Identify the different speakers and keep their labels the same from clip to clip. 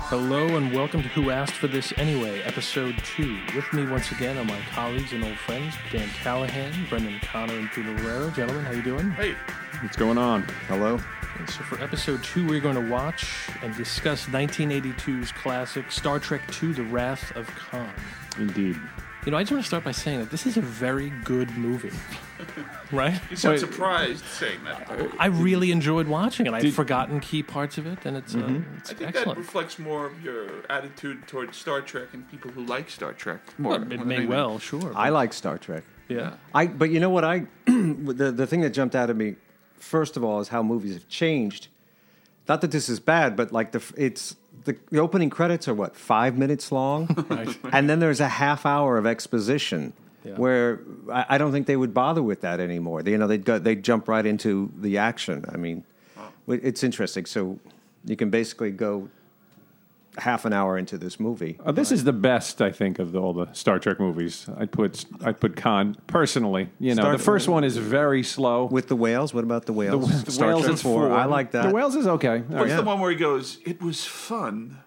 Speaker 1: Hello and welcome to Who Asked for This Anyway, episode two. With me once again are my colleagues and old friends, Dan Callahan, Brendan Connor, and Peter Herrera. Gentlemen, how you doing?
Speaker 2: Hey, what's going on?
Speaker 3: Hello.
Speaker 1: So for episode two, we're going to watch and discuss 1982's classic Star Trek II: The Wrath of Khan.
Speaker 2: Indeed.
Speaker 1: You know, I just want to start by saying that this is a very good movie, right?
Speaker 4: You sound surprised saying that. I
Speaker 1: I really enjoyed watching it. I've forgotten key parts of it, and it's, uh, it's
Speaker 4: think that
Speaker 1: excellent.
Speaker 4: reflects more of your attitude towards Star Trek and people who like Star Trek more.
Speaker 1: Well,
Speaker 4: more
Speaker 1: it
Speaker 4: than
Speaker 1: may
Speaker 4: anything.
Speaker 1: well, sure.
Speaker 3: I like Star Trek.
Speaker 1: yeah.
Speaker 3: I but you know what I the the thing that jumped out at me first of all is how movies have changed. Not that this is bad, but like the f- it's the, the opening credits are what five minutes long,
Speaker 1: Right.
Speaker 3: and then there's a half hour of exposition
Speaker 1: Yeah.
Speaker 3: where I, I don't think they would bother with that anymore. They, you know, they'd go, they'd jump right into the action. I mean, w- it's interesting. So you can basically go half an hour into this movie.
Speaker 2: Uh, this is the best I think of the, all the Star Trek movies. I put I put Khan personally. You know,
Speaker 3: Star-
Speaker 2: the first one is very slow.
Speaker 3: With the whales, what about the whales?
Speaker 2: the
Speaker 3: Star
Speaker 2: whales
Speaker 3: Trek
Speaker 2: is four.
Speaker 3: I like that.
Speaker 2: The whales is okay. All
Speaker 4: What's
Speaker 2: right.
Speaker 4: the one where he goes, it was fun?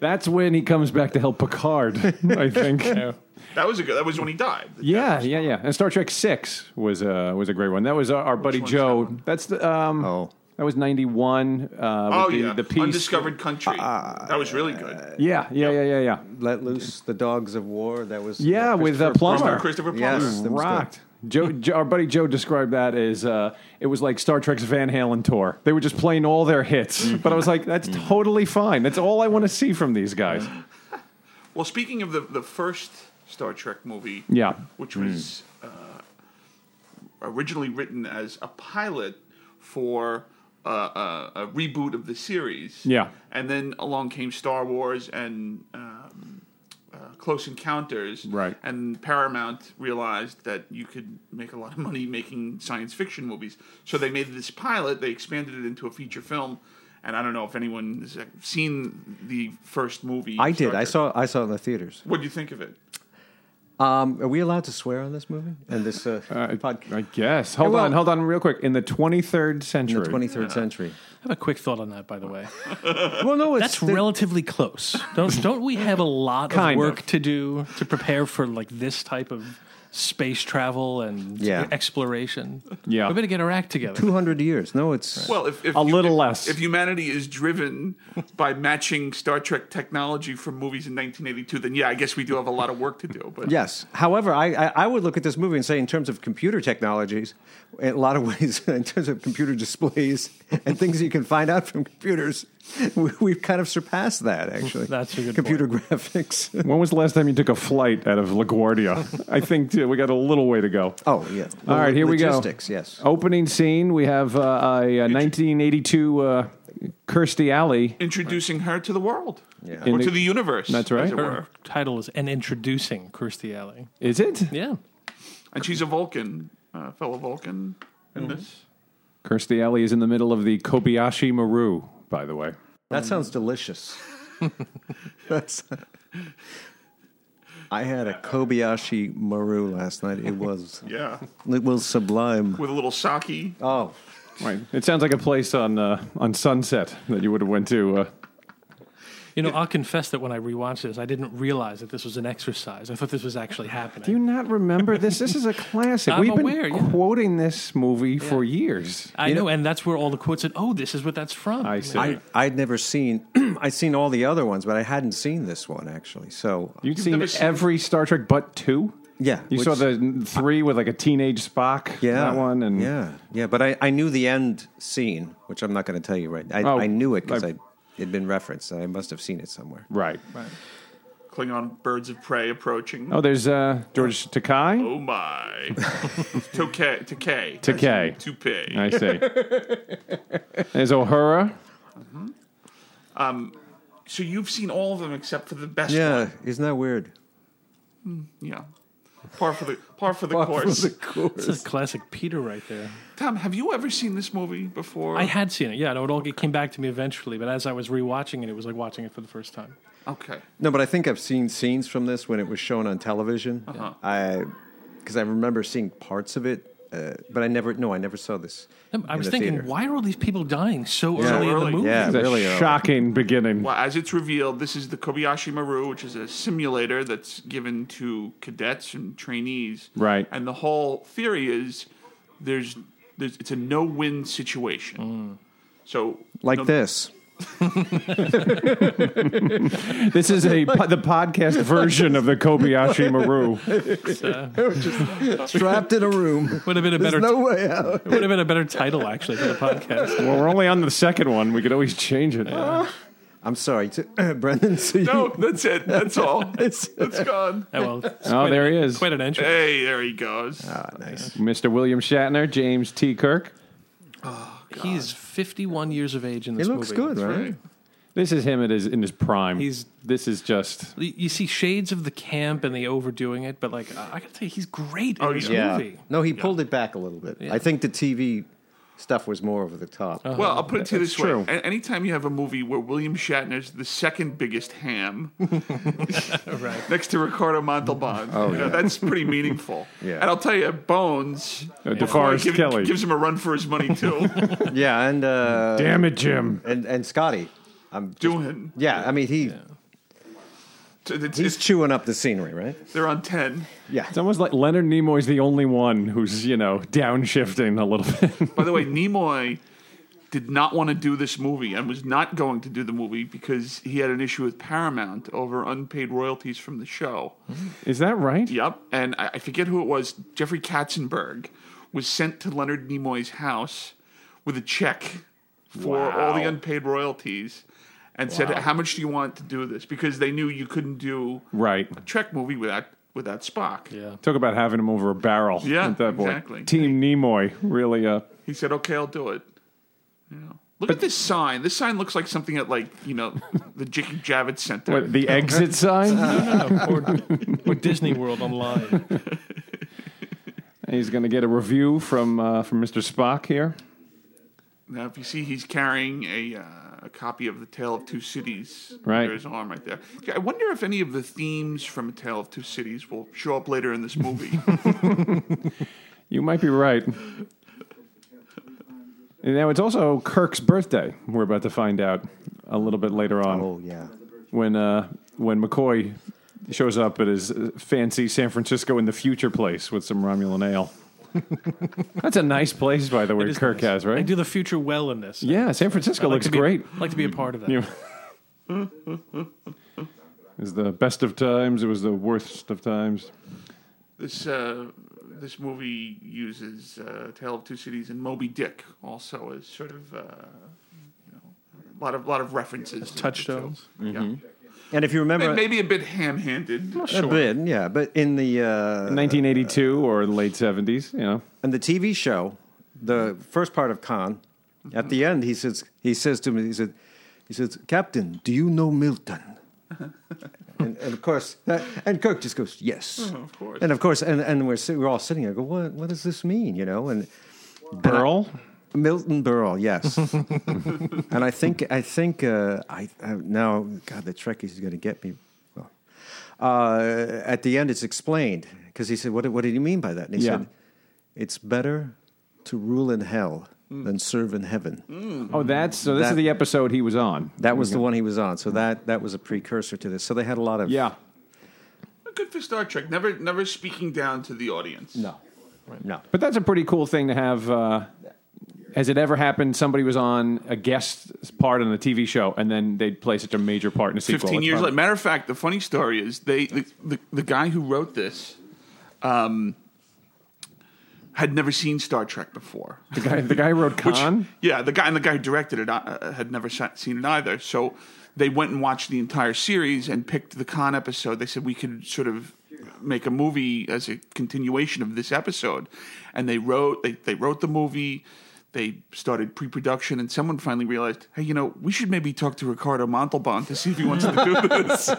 Speaker 2: That's when he comes back to help Picard. I think. yeah.
Speaker 4: That was a good, that was when he died.
Speaker 2: yeah, yeah, And Star Trek Six was uh, was a great one. That was our, our buddy
Speaker 4: one's
Speaker 2: Joe.
Speaker 4: that one?
Speaker 2: That's the um,
Speaker 3: Oh.
Speaker 2: That was ninety one. Uh,
Speaker 4: Oh,
Speaker 2: with the,
Speaker 4: yeah.
Speaker 2: the piece.
Speaker 4: Undiscovered Country. that was really good.
Speaker 2: Yeah, yeah, yeah, yeah, yeah.
Speaker 3: Let Loose the Dogs of War. That was
Speaker 2: Yeah, with, uh,
Speaker 3: Christopher
Speaker 2: Plummer.
Speaker 3: Plummer.
Speaker 4: Christopher Plummer.
Speaker 3: Yes, that was
Speaker 2: rocked. Joe, Joe, our buddy Joe described that as uh, it was like Star Trek's Van Halen tour. They were just playing all their hits, but I was like, that's totally fine. That's all I want to see from these guys.
Speaker 4: Well, speaking of the, the first Star Trek movie,
Speaker 2: Yeah.
Speaker 4: which was
Speaker 3: Mm.
Speaker 4: uh, originally written as a pilot for uh, uh, a reboot of the series.
Speaker 2: Yeah.
Speaker 4: And then along came Star Wars and um, uh, Close Encounters.
Speaker 2: Right.
Speaker 4: And Paramount realized that you could make a lot of money making science fiction movies. So they made this pilot, they expanded it into a feature film. And I don't know if anyone has seen the first movie.
Speaker 3: I
Speaker 4: Star
Speaker 3: did. I
Speaker 4: Trek.
Speaker 3: saw. I saw it in the theaters.
Speaker 4: What do you think of it?
Speaker 3: Um, are we allowed to swear on this movie and this uh, podcast?
Speaker 2: I guess. Hold
Speaker 3: well-
Speaker 2: on, hold on, real quick. In the 23rd
Speaker 3: In
Speaker 2: century.
Speaker 3: the 23rd century.
Speaker 1: I have a quick thought on that, by the way.
Speaker 3: Well, no, it's
Speaker 1: That's relatively close. Don't don't we have a lot
Speaker 2: Kind
Speaker 1: of work
Speaker 2: of.
Speaker 1: to do to prepare for like this type of space travel and
Speaker 3: Yeah.
Speaker 1: exploration?
Speaker 2: Yeah.
Speaker 1: we better get our act together.
Speaker 3: 200 years. No, it's
Speaker 4: Well, if, if
Speaker 2: A
Speaker 4: you-
Speaker 2: little
Speaker 4: if-
Speaker 2: less.
Speaker 4: If humanity is driven by matching Star Trek technology from movies in 1982, then yeah, I guess we do have a lot of work to do. But
Speaker 3: yes. However, I, I I would look at this movie and say, in terms of computer technologies, in a lot of ways, in terms of computer displays and things you can find out from computers, we, we've kind of surpassed that actually.
Speaker 1: That's a good
Speaker 3: computer graphics.
Speaker 2: when was the last time you took a flight out of LaGuardia? I think too, we got a little way to go.
Speaker 3: oh yeah.
Speaker 2: All right, here
Speaker 3: Logistics,
Speaker 2: we go.
Speaker 3: Yes.
Speaker 2: Opening scene, we have uh, a, uh 1982 uh, Kirstie Alley.
Speaker 4: introducing her to the world
Speaker 3: Yeah.
Speaker 4: or
Speaker 2: the-
Speaker 4: to the universe.
Speaker 2: That's right.
Speaker 4: as it
Speaker 1: Her
Speaker 4: were.
Speaker 1: title is "And Introducing Kirstie Alley."
Speaker 2: Is it?
Speaker 1: Yeah,
Speaker 4: And she's a Vulcan, uh, fellow Vulcan in this.
Speaker 2: Kirstie Alley is in the middle of the Kobayashi Maru, by the way.
Speaker 3: That sounds delicious. That's. I had a Kobayashi Maru last night. It was
Speaker 4: Yeah,
Speaker 3: it was sublime.
Speaker 4: with a little sake.
Speaker 3: Oh,
Speaker 2: Right. It sounds like a place on uh, on Sunset that you would have went to. Uh,
Speaker 1: you know, I'll confess that when I rewatched this, I didn't realize that this was an exercise. I thought this was actually happening.
Speaker 2: do you not remember this? This is a classic.
Speaker 1: I'm
Speaker 2: We've
Speaker 1: aware,
Speaker 2: been
Speaker 1: yeah.
Speaker 2: quoting this movie for years.
Speaker 1: I know, and that's where all the quotes said, "Oh, this is what that's from."
Speaker 2: I see.
Speaker 3: I I'd never seen I'd seen all the other ones, but I hadn't seen this one actually. So
Speaker 2: You'd seen
Speaker 4: never seen-
Speaker 2: every Star Trek but two.
Speaker 3: yeah,
Speaker 2: You
Speaker 3: which-
Speaker 2: saw the three with like a teenage Spock.
Speaker 3: yeah
Speaker 2: that one and
Speaker 3: yeah yeah. But I, I knew the end scene, which I'm not going to tell you right. I,
Speaker 2: Oh,
Speaker 3: I knew it because
Speaker 2: I-
Speaker 3: I it'd been referenced. And I must have seen it somewhere.
Speaker 2: right.
Speaker 4: Klingon birds of prey approaching.
Speaker 2: Oh, there's uh, George Takai.
Speaker 4: Oh my. Tokay. Tokay.
Speaker 2: Takei.
Speaker 4: Toupee.
Speaker 2: I see. there's O'Hara.
Speaker 4: So you've seen all of them except for the best
Speaker 3: Yeah,
Speaker 4: one.
Speaker 3: isn't that weird?
Speaker 4: Yeah. Par for the par for the course.
Speaker 3: Of course.
Speaker 1: This is classic Peter right there.
Speaker 4: Tom, have you ever seen this movie before?
Speaker 1: I had seen it. Yeah, no, it all it came back to me eventually, but as I was rewatching it, it was like watching it for the first time.
Speaker 4: Okay.
Speaker 3: No, but I think I've seen scenes from this when it was shown on television. I because I remember seeing parts of it uh, but I never. No, I never saw this.
Speaker 1: I
Speaker 3: in
Speaker 1: was
Speaker 3: the
Speaker 1: thinking,
Speaker 3: theater.
Speaker 1: why are all these people dying so early in the
Speaker 4: early.
Speaker 1: movie?
Speaker 3: Yeah,
Speaker 2: It's a
Speaker 3: really. early.
Speaker 2: shocking beginning.
Speaker 4: Well, as it's revealed, this is the Kobayashi Maru, which is a simulator that's given to cadets and trainees.
Speaker 2: Right.
Speaker 4: And the whole theory is there's, there's it's a no-win situation. So
Speaker 3: like
Speaker 4: no-
Speaker 3: this.
Speaker 2: This is a po- the podcast version of the Kobayashi Maru.
Speaker 3: Trapped in a room.
Speaker 1: Would have been a
Speaker 3: There's
Speaker 1: better
Speaker 3: no way out.
Speaker 1: would have been a better title actually for the podcast.
Speaker 2: Well, we're only on the second one. We could always change it.
Speaker 3: I'm sorry, t- Brendan. So you,
Speaker 4: No, that's it. That's all.
Speaker 3: It's-
Speaker 4: it's gone.
Speaker 1: Oh, well, it's
Speaker 2: Oh,
Speaker 1: quite
Speaker 2: there
Speaker 1: an-
Speaker 2: he is.
Speaker 1: Quite an entry.
Speaker 4: Hey, there he goes.
Speaker 3: Ah, nice.
Speaker 2: Mr. William Shatner, James T. Kirk.
Speaker 1: He's 51 years of age in
Speaker 3: He
Speaker 1: this
Speaker 3: looks
Speaker 1: movie.
Speaker 3: good, right?
Speaker 4: Right.
Speaker 2: This is him at his, in his prime.
Speaker 1: He's-
Speaker 2: this is just
Speaker 1: Y- You see shades of the camp and the overdoing it, but like I I gotta tell you, he's great in this
Speaker 3: Yeah.
Speaker 1: movie.
Speaker 3: No, he pulled it back a little bit. I think the TV stuff was more over the top.
Speaker 4: Well, I'll put it to you
Speaker 2: That's
Speaker 4: this
Speaker 2: true.
Speaker 4: way: A- anytime you have a movie where William Shatner's the second biggest ham, next to Ricardo Montalban, you know, that's pretty meaningful.
Speaker 3: Yeah.
Speaker 4: And I'll tell you, Bones,
Speaker 2: Uh,
Speaker 4: before I
Speaker 2: DeForest Kelley.
Speaker 4: gives him a run for his money too.
Speaker 3: yeah, and uh,
Speaker 2: damn it, Jim.
Speaker 3: and and Scotty. I'm
Speaker 4: Doing,
Speaker 3: yeah. I mean, he
Speaker 4: So it's-
Speaker 3: he's
Speaker 4: it's-
Speaker 3: chewing up the scenery, right?
Speaker 4: they're on ten.
Speaker 3: Yeah.
Speaker 2: It's almost like Leonard Nimoy's the only one who's you know downshifting a little bit.
Speaker 4: By the way, Nimoy did not want to do this movie and was not going to do the movie because he had an issue with Paramount over unpaid royalties from the show.
Speaker 2: is that right?
Speaker 4: Yep. And I, I forget who it was. Jeffrey Katzenberg was sent to Leonard Nimoy's house with a check for all the unpaid royalties and said, How much do you want to do this? Because they knew you couldn't do
Speaker 2: Right.
Speaker 4: a Trek movie without, without Spock.
Speaker 1: Yeah.
Speaker 2: Talk about having him over a barrel.
Speaker 4: Yeah,
Speaker 2: at that point.
Speaker 4: exactly.
Speaker 2: Team Nimoy really. Uh,
Speaker 4: He said, Okay, I'll do it. You know. Look at this sign. This sign looks like something at, like, you know, the Jicky Javits Center.
Speaker 2: what, the exit sign.
Speaker 1: No, no, or, or Disney World online.
Speaker 2: He's going to get a review from uh, from Mr. Spock here.
Speaker 4: Now, if you see, he's carrying a, uh, a copy of The Tale of Two Cities
Speaker 2: Right.
Speaker 4: under his arm right there. I wonder if any of the themes from A Tale of Two Cities will show up later in this movie.
Speaker 2: You might be right. And now it's also Kirk's birthday. We're about to find out a little bit later on
Speaker 3: Oh yeah.
Speaker 2: when uh, when McCoy shows up at his uh, fancy San Francisco in the future place with some Romulan ale. That's a nice place, by the way.
Speaker 1: It's
Speaker 2: Kirk
Speaker 1: nice.
Speaker 2: has
Speaker 1: They
Speaker 2: right.
Speaker 1: do the future well in this.
Speaker 2: Yeah, San Francisco
Speaker 1: I'd like
Speaker 2: looks
Speaker 1: to be-
Speaker 2: great.
Speaker 1: I'd like to be a part of that.
Speaker 2: You- It's the best of times. It was the worst of times.
Speaker 4: this uh, this movie uses uh, Tale of Two Cities and Moby Dick also as sort of uh, you know, a lot of lot of references, to the
Speaker 1: touchstones.
Speaker 4: two. Yeah.
Speaker 3: And if you remember,
Speaker 4: And maybe a bit ham-handed.
Speaker 3: a bit, yeah. But in the uh,
Speaker 2: 1982 or late 70s. You know.
Speaker 3: in the TV show, the first part of Khan, at the end, he says he says to me, he said, he says, Captain, do you know Milton? and, and of course, and Kirk just goes, yes.
Speaker 4: of course.
Speaker 3: And of course, and, and we're, sit- we're all sitting there, go, what, what does this mean? You know, and
Speaker 2: Burl.
Speaker 3: Milton Berle, yes. and I think I think uh, I, I now God the Trekkies is going to get me. Well, uh, at the end, it's explained because he said, "What what did you mean by that?" And he
Speaker 2: Yeah.
Speaker 3: said, "It's better to rule in hell than serve in heaven."
Speaker 2: Oh, that's so. This is
Speaker 3: That-
Speaker 2: the episode he was on.
Speaker 3: That was the one he was on. So that that was a precursor to this. So they had a lot of
Speaker 2: Yeah.
Speaker 4: Good for Star Trek. Never never speaking down to the audience.
Speaker 3: no no
Speaker 2: But that's a pretty cool thing to have. Uh, has it ever happened? Somebody was on a guest part on a TV show, and then they'd play such a major part in a sequel.
Speaker 4: 15
Speaker 2: It's
Speaker 4: years
Speaker 2: probably-
Speaker 4: later. Matter of fact, the funny story is they the, the, the guy who wrote this um, had never seen Star Trek before.
Speaker 2: The guy, the guy who wrote
Speaker 4: Which-
Speaker 2: Khan.
Speaker 4: yeah, the guy and the guy who directed it uh, had never se- seen it either. So they went and watched the entire series and picked the Khan episode. They said we could sort of make a movie as a continuation of this episode, and they wrote they, they wrote the movie. they started pre-production, and someone finally realized, hey, you know, we should maybe talk to Ricardo Montalban to see if he wants to do this.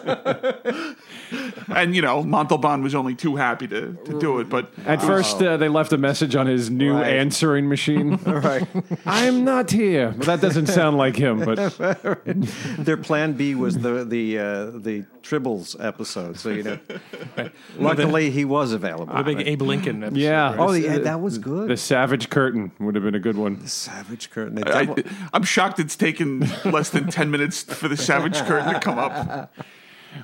Speaker 4: and you know, Montalban was only too happy to, to do it, but
Speaker 2: At first, uh, they left a message on his new
Speaker 3: Oh. Right.
Speaker 2: answering machine.
Speaker 3: Right.
Speaker 2: I'm not here. Well, that doesn't sound like him, but
Speaker 3: Their plan B was the the uh, the Tribbles episode. So you know, luckily he was available.
Speaker 1: The big Abe Lincoln episode.
Speaker 2: Yeah.
Speaker 1: right?
Speaker 3: oh, yeah, that was good.
Speaker 2: the Savage Curtain would have been a good one.
Speaker 3: Savage Curtain. The
Speaker 4: I,
Speaker 3: devil-
Speaker 4: I'm shocked it's taken less than 10 minutes for the Savage Curtain to come up.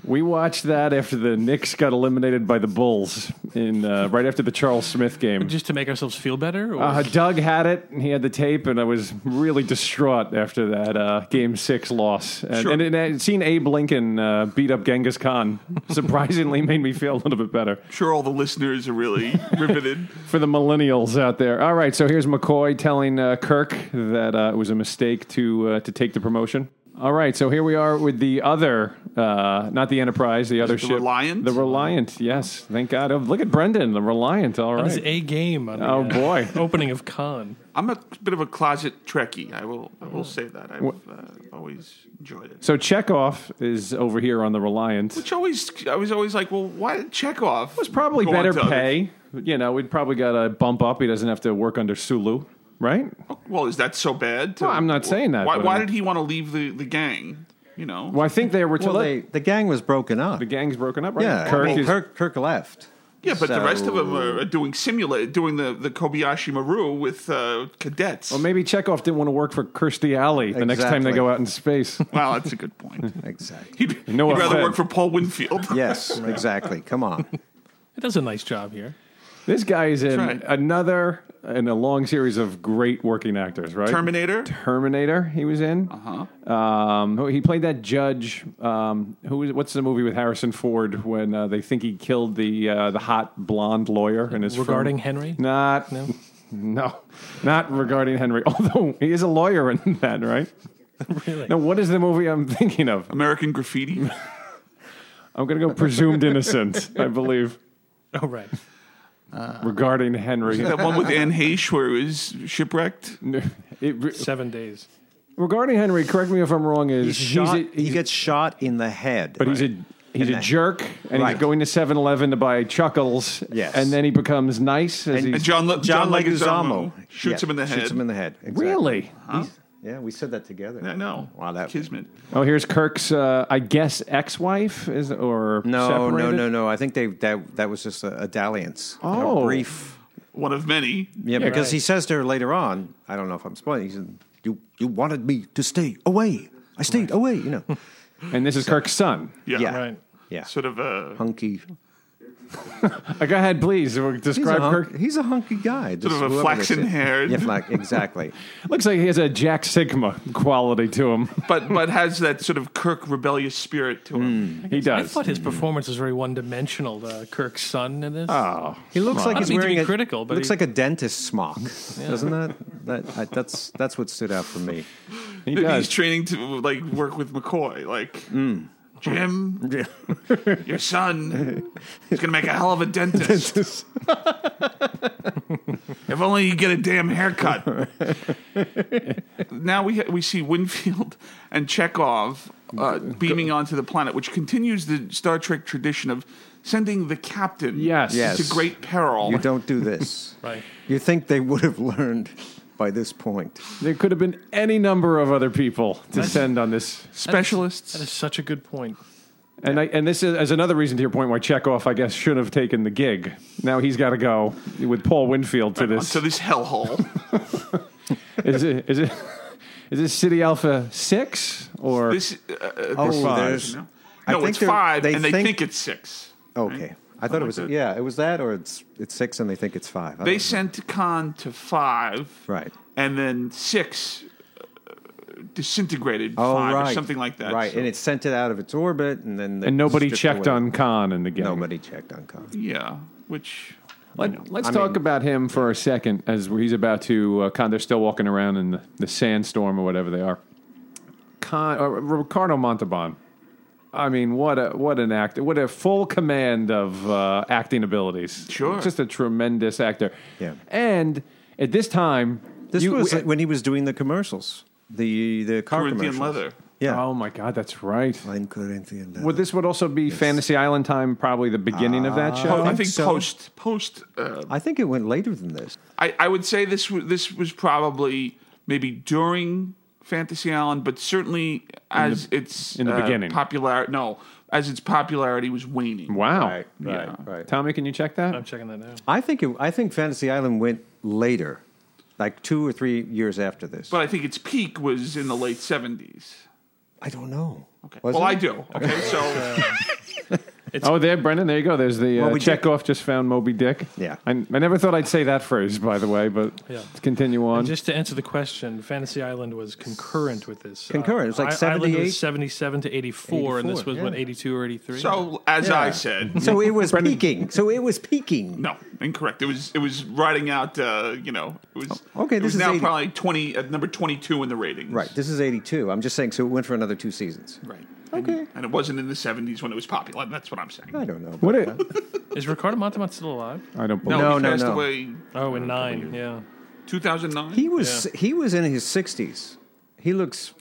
Speaker 2: We watched that after the Knicks got eliminated by the Bulls in uh, right after the Charles Smith game.
Speaker 1: Just to make ourselves feel better? Or
Speaker 2: Uh, Doug had it, and he had the tape, and I was really distraught after that uh, Game Six loss. And,
Speaker 4: Sure.
Speaker 2: and, it- and seeing Abe Lincoln uh, beat up Genghis Khan surprisingly made me feel a little bit better.
Speaker 4: sure all the listeners are really riveted.
Speaker 2: for the millennials out there. All right, so here's McCoy telling uh, Kirk that uh, it was a mistake to uh, to take the promotion. All right, so here we are with the other, uh, not the Enterprise, the other
Speaker 4: the
Speaker 2: ship,
Speaker 4: Reliant?
Speaker 2: the Reliant. Yes, thank God. Oh, look at Brendan, the Reliant. All
Speaker 1: That is
Speaker 2: right.
Speaker 1: a game on the
Speaker 2: Oh,
Speaker 1: uh,
Speaker 2: boy.
Speaker 1: opening of Con.
Speaker 4: I'm a bit of a closet Trekkie. I will I will say that. I've uh, always enjoyed it.
Speaker 2: So Chekhov is over here on the Reliant.
Speaker 4: Which always, I was always like, well, why did Chekhov?
Speaker 2: was probably
Speaker 4: go on
Speaker 2: better
Speaker 4: to other-
Speaker 2: pay. You know, we'd probably got a bump up. He doesn't have to work under Sulu, right?
Speaker 4: Well, is that so bad? to-
Speaker 2: Well, I'm not saying that,
Speaker 4: Why,
Speaker 2: but
Speaker 4: why
Speaker 2: I'm-
Speaker 4: did he want to leave the, the gang? You know,
Speaker 2: Well, I think they were. To
Speaker 3: well, they, the gang was broken up.
Speaker 2: the gang's broken up, right?
Speaker 3: yeah,
Speaker 2: Kirk
Speaker 3: Kirk,
Speaker 2: is
Speaker 3: Kirk, Kirk left.
Speaker 4: yeah, but the rest of them
Speaker 3: So-
Speaker 4: are doing simulate doing the, the Kobayashi Maru with uh, cadets.
Speaker 2: Well, maybe Chekhov didn't want to work for Kirstie Alley the next time they
Speaker 3: Exactly.
Speaker 2: go out in space.
Speaker 4: wow, that's a good point.
Speaker 3: Exactly.
Speaker 4: He'd,
Speaker 2: No
Speaker 4: he'd rather
Speaker 2: offense.
Speaker 4: work for Paul Winfield.
Speaker 3: Yes, exactly. Come on.
Speaker 1: It does a nice job here.
Speaker 2: this guy is in
Speaker 4: right.
Speaker 2: another in a long series of great working actors, right?
Speaker 4: Terminator.
Speaker 2: Terminator, he was in. Uh-huh. Um, who- he played that judge. Um, who is? What's the movie with Harrison Ford when uh, they think he killed the uh, the hot blonde lawyer and his firm?
Speaker 1: Regarding Henry?
Speaker 2: Not no, no, not regarding Henry. Although he is a lawyer in that, right?
Speaker 1: Really?
Speaker 2: Now, what is the movie I'm thinking of?
Speaker 4: American Graffiti.
Speaker 2: I'm going to go presumed innocent, I believe.
Speaker 1: Oh, right.
Speaker 2: regarding Henry.
Speaker 4: that one with Anne Heche where he was shipwrecked.
Speaker 2: It-
Speaker 1: Seven days.
Speaker 2: regarding Henry, correct me if I'm wrong. Is he's,
Speaker 3: Shot-
Speaker 2: a,
Speaker 3: he
Speaker 2: he's-
Speaker 3: gets shot in the head.
Speaker 2: but he's a he's
Speaker 3: And
Speaker 2: a
Speaker 3: that-
Speaker 2: jerk, and
Speaker 3: Right.
Speaker 2: he's going to 7-Eleven to buy Chuckles.
Speaker 3: Yes.
Speaker 2: and then he becomes nice as
Speaker 4: And
Speaker 2: he's
Speaker 4: John, Le- John, Leguizamo
Speaker 3: Leguizamo
Speaker 4: shoots
Speaker 3: Yeah,
Speaker 4: him in the head.
Speaker 3: Shoots him in the head. Exactly.
Speaker 2: really.
Speaker 3: He's- Yeah, we said that together.
Speaker 4: I know.
Speaker 3: Wow, that
Speaker 4: Kismet.
Speaker 2: Oh, here's Kirk's. Uh, I guess ex-wife is or
Speaker 3: No,
Speaker 2: separated?
Speaker 3: no, no, no. I think they that that was just a, a dalliance.
Speaker 2: Oh.
Speaker 3: a brief.
Speaker 4: One of many.
Speaker 3: Yeah, because
Speaker 1: right.
Speaker 3: he says to her later on, I don't know if I'm spoiling. He said, "You you wanted me to stay away. I stayed away." You know.
Speaker 2: And this is Kirk's son.
Speaker 4: Yeah.
Speaker 3: Yeah.
Speaker 1: Right.
Speaker 3: yeah.
Speaker 4: Sort of a
Speaker 3: hunky.
Speaker 2: Uh, go ahead, please
Speaker 3: He's a,
Speaker 2: describe
Speaker 3: hunk,
Speaker 2: Kirk.
Speaker 3: he's a hunky guy. Sort
Speaker 4: of a flaxen haired.
Speaker 3: Yeah, flax, exactly.
Speaker 2: Looks like he has a Jack Sigma quality to him.
Speaker 4: but but has that sort of Kirk rebellious spirit to him.
Speaker 2: He
Speaker 1: I
Speaker 2: does.
Speaker 1: thought his performance was very one dimensional, uh, Kirk's son in this.
Speaker 2: Oh,
Speaker 3: He looks like
Speaker 1: I don't
Speaker 3: he's
Speaker 1: mean to
Speaker 3: wearing
Speaker 1: be
Speaker 3: a
Speaker 1: critical, but
Speaker 3: looks
Speaker 1: he-
Speaker 3: like a dentist smock, doesn't that? That I, that's that's what stood out for me.
Speaker 2: he
Speaker 4: He's
Speaker 2: does.
Speaker 4: training to like work with McCoy. Like
Speaker 3: Mm.
Speaker 4: Jim, your son is gonna make a hell of a dentist. if only you get a damn haircut. now we we see Winfield and Chekhov uh, beaming onto the planet, which continues the Star Trek tradition of sending the captain
Speaker 2: Yes.
Speaker 4: to
Speaker 3: Yes.
Speaker 4: great peril.
Speaker 3: You don't do this.
Speaker 1: Right.
Speaker 3: You think they would have learned by this point?
Speaker 2: There could have been any number of other people to send on this
Speaker 4: Specialists.
Speaker 1: That is such a good point.
Speaker 2: And I, and this is as another reason to your point why Chekhov, I guess, should have taken the gig. Now he's got to go with Paul Winfield to this.
Speaker 4: So this hellhole.
Speaker 2: is it is it is this City Alpha six or
Speaker 4: This uh, uh,
Speaker 3: Oh,
Speaker 4: this-
Speaker 2: five.
Speaker 3: there's
Speaker 4: no,
Speaker 3: I
Speaker 4: no
Speaker 3: think
Speaker 4: it's
Speaker 3: they're-
Speaker 4: five,
Speaker 3: they
Speaker 4: and they
Speaker 3: think-
Speaker 4: think, it's six.
Speaker 3: okay. I thought it was
Speaker 4: that.
Speaker 3: yeah, it was that or it's it's six and they think it's five. I
Speaker 4: They
Speaker 3: don't
Speaker 4: sent Khan to five,
Speaker 3: know. right.
Speaker 4: and then six uh, disintegrated
Speaker 3: Oh,
Speaker 4: five
Speaker 3: right,
Speaker 4: or something like that.
Speaker 3: Right,
Speaker 4: So,
Speaker 3: and it sent it out of its orbit, and then they
Speaker 2: and nobody
Speaker 3: stripped
Speaker 2: checked
Speaker 3: away.
Speaker 2: on Khan in the game.
Speaker 3: nobody checked on Khan.
Speaker 4: yeah, which
Speaker 2: Let, let's
Speaker 3: I
Speaker 2: talk
Speaker 3: mean-
Speaker 2: about him for a second as he's about to. Uh, Khan, they're still walking around in the, the sandstorm or whatever they are. Khan, uh, Ricardo Montalban. I mean, what a what an actor! What a full command of uh, acting abilities.
Speaker 4: Sure.
Speaker 2: just a tremendous actor.
Speaker 3: Yeah.
Speaker 2: and at this time,
Speaker 3: This
Speaker 2: You-
Speaker 3: was
Speaker 2: we-
Speaker 3: like when he was doing the commercials, the the car
Speaker 4: Corinthian
Speaker 3: commercials.
Speaker 4: leather.
Speaker 3: Yeah.
Speaker 2: Oh my God, that's right.
Speaker 3: Line Corinthian leather.
Speaker 2: Well, this would also be Fantasy Island time, probably the beginning of
Speaker 3: Ah.
Speaker 2: that show.
Speaker 4: I think,
Speaker 3: Oh, so.
Speaker 4: post post. Uh,
Speaker 3: I think it went later than this.
Speaker 4: I I would say this w- this was probably maybe during Fantasy Island, but certainly as its
Speaker 2: in the beginning.
Speaker 4: popularity. No, as its popularity was waning.
Speaker 2: Wow.
Speaker 3: Right, right, right.
Speaker 2: Tommy, can you check that?
Speaker 1: I'm checking that out.
Speaker 3: I think it, I think Fantasy Island went later, like two or three years after this.
Speaker 4: But I think its peak was in the late seventies.
Speaker 3: I don't know.
Speaker 4: Okay.
Speaker 3: Was
Speaker 4: well,
Speaker 3: it?
Speaker 4: I do. Okay, so
Speaker 2: Oh, there, Brendan. There you go. There's the uh,
Speaker 3: Moby Dick.
Speaker 2: checkoff. Just found Moby Dick.
Speaker 3: Yeah.
Speaker 2: I, I never thought I'd say that phrase, by the way. But
Speaker 1: Yeah.
Speaker 2: let's continue on.
Speaker 1: Just to answer the question, Fantasy Island was concurrent with this. uh,
Speaker 3: Concurrent. It was like
Speaker 1: I- Island
Speaker 3: 78?
Speaker 1: was 77 to 84, and this
Speaker 3: 84,
Speaker 1: was when
Speaker 3: yeah.
Speaker 1: 82 or 83.
Speaker 4: so as I
Speaker 3: Yeah.
Speaker 4: said,
Speaker 3: So it was peaking. So it was peaking.
Speaker 4: no, incorrect. It was it was riding out. Uh, you know, it was
Speaker 3: Oh, Okay,
Speaker 4: It
Speaker 3: this
Speaker 4: was
Speaker 3: is
Speaker 4: now
Speaker 3: 80.
Speaker 4: probably twenty at number twenty two in the ratings.
Speaker 3: Right. This is 82. I'm just saying, so it went for another two seasons.
Speaker 1: right.
Speaker 3: Okay.
Speaker 4: and it wasn't in the seventies when it was popular. That's what I'm saying.
Speaker 3: I don't know.
Speaker 2: What? It,
Speaker 1: Is Ricardo Montalban still alive?
Speaker 2: I don't believe.
Speaker 4: No,
Speaker 3: No,
Speaker 4: he
Speaker 3: no,
Speaker 4: passed
Speaker 3: no.
Speaker 4: away
Speaker 1: Oh, in nine, yeah.
Speaker 4: 2009.
Speaker 3: He was he was in his 60s. He looks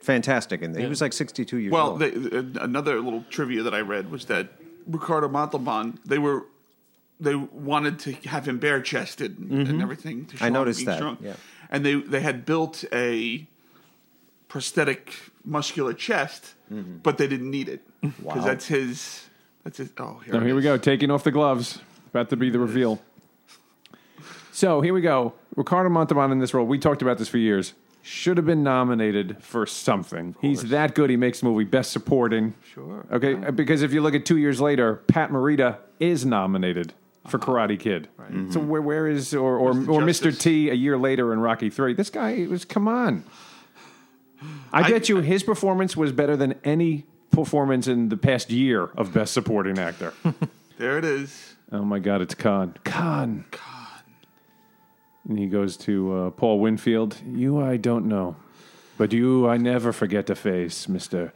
Speaker 3: fantastic in there. He was like 62 years
Speaker 4: well,
Speaker 3: old.
Speaker 4: they, uh, another little trivia that I read was that Ricardo Montalban they were they wanted to have him bare chested and everything. To show
Speaker 3: Mm-hmm. I noticed
Speaker 4: him being
Speaker 3: that,
Speaker 4: Strong.
Speaker 3: yeah.
Speaker 4: and they they had built a prosthetic muscular chest, but they didn't need it because
Speaker 3: Mm-hmm. Wow.
Speaker 4: that's his. That's his. Oh, here,
Speaker 2: No,
Speaker 4: it
Speaker 2: here we
Speaker 4: is.
Speaker 2: go. Taking off the gloves. About to be the reveal. So here we go. Ricardo Montalban in this role. We talked about this for years. Should have been nominated for something. He's that good. He makes the movie Best Supporting.
Speaker 4: Sure.
Speaker 2: Okay. Because if you look at two years later, Pat Morita is nominated for
Speaker 4: Uh-huh.
Speaker 2: Karate Kid. So where where is or or, or Mr.
Speaker 4: Mm-hmm. Justice.
Speaker 2: T a year later in Rocky Three? This guy was come on. I,
Speaker 4: I-
Speaker 2: bet you his performance was better than any performance in the past year of Best Supporting Actor.
Speaker 4: There it is.
Speaker 2: Oh my God, it's Khan. Khan. Khan. And he goes to uh, Paul Winfield. You, I don't know. But you, I never forget to face, Mr.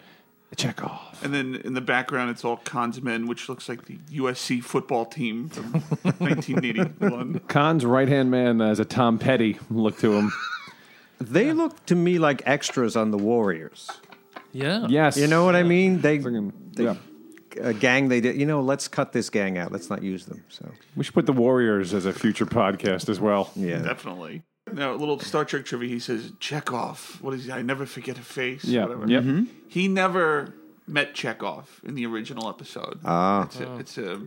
Speaker 2: Chekhov.
Speaker 4: And then in the background, it's all Cons Men, which looks like the USC football team from 1981.
Speaker 2: Khan's right hand man has a Tom Petty look to him.
Speaker 3: they look to me like extras on the Warriors.
Speaker 1: Yeah.
Speaker 2: Yes.
Speaker 3: You know what I mean? They,
Speaker 2: Friggin-
Speaker 3: they
Speaker 2: yeah.
Speaker 3: a gang they did. You know, let's cut this gang out. Let's not use them. So
Speaker 2: We should put the Warriors as a future podcast as well.
Speaker 3: yeah,
Speaker 4: Definitely. Now, a little Star Trek trivia. He says Chekhov. What is he? I never forget a face.
Speaker 2: Yeah.
Speaker 4: Whatever. Mm-hmm.
Speaker 2: Yep.
Speaker 4: He never met Chekhov in the original episode. Ah. It's a, it's a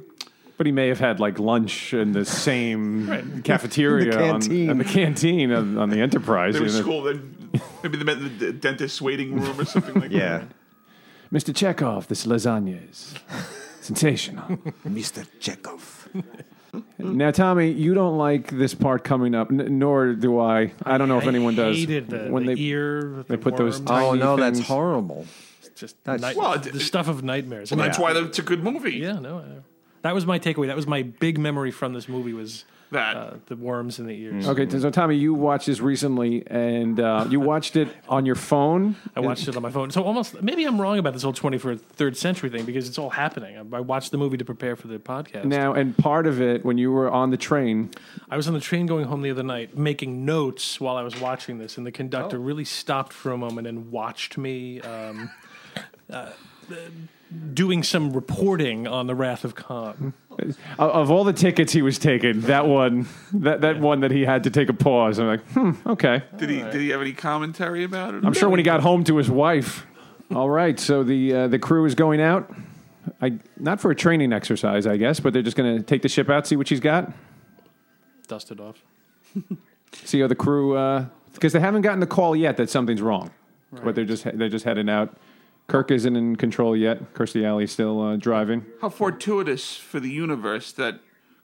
Speaker 2: But he may have had like lunch in the same cafeteria
Speaker 3: The
Speaker 2: on,
Speaker 3: canteen.
Speaker 2: and the canteen on, on the Enterprise.
Speaker 4: they were
Speaker 2: you know.
Speaker 4: school. Then maybe they met in the d- dentist's waiting room or something like
Speaker 3: yeah.
Speaker 2: Mr. Chekhov, this lasagna is sensational.
Speaker 3: Mr. Chekhov.
Speaker 2: Now, Tommy, you don't like this part coming up, n- nor do I. I don't know if
Speaker 1: I
Speaker 2: anyone does.
Speaker 1: hated the,
Speaker 2: when
Speaker 1: the
Speaker 2: they
Speaker 1: ear.
Speaker 2: they put those
Speaker 1: worms,
Speaker 2: tiny
Speaker 3: Oh no,
Speaker 2: things.
Speaker 3: that's horrible.
Speaker 1: just
Speaker 3: that's-
Speaker 1: night-
Speaker 4: Well, it-
Speaker 1: the stuff of nightmares.
Speaker 4: that. That's why it's a good movie.
Speaker 1: yeah, no. I, that was my takeaway. That was my big memory from this movie was
Speaker 4: That.
Speaker 1: uh, the worms in the ears.
Speaker 2: Okay, so Tommy, you watched this recently, and uh, you watched it on your phone.
Speaker 1: I watched it on my phone. So almost maybe I'm wrong about this whole 23rd century thing because it's all happening. I, I watched the movie to prepare for the podcast.
Speaker 2: Now, and part of it when you were on the train,
Speaker 1: I was on the train going home the other night making notes while I was watching this, and the conductor really stopped for a moment and watched me um, uh, doing some reporting on the Wrath of Khan.
Speaker 2: of, of all the tickets he was taking, that one, that, that one that he had to take a pause. I'm like, hmm, okay.
Speaker 4: Did he Did he have any commentary about it?
Speaker 2: I'm sure when he got home to his wife. All right, so the uh, the crew is going out. I not for a training exercise, I guess, but they're just going to take the ship out, see what she's got.
Speaker 1: Dusted off.
Speaker 2: see how the crew because they haven't gotten the call yet that something's wrong, but they're just they're just heading out. Kirk isn't in control yet. Kirstie Alley's still uh, driving.
Speaker 4: How fortuitous for the universe that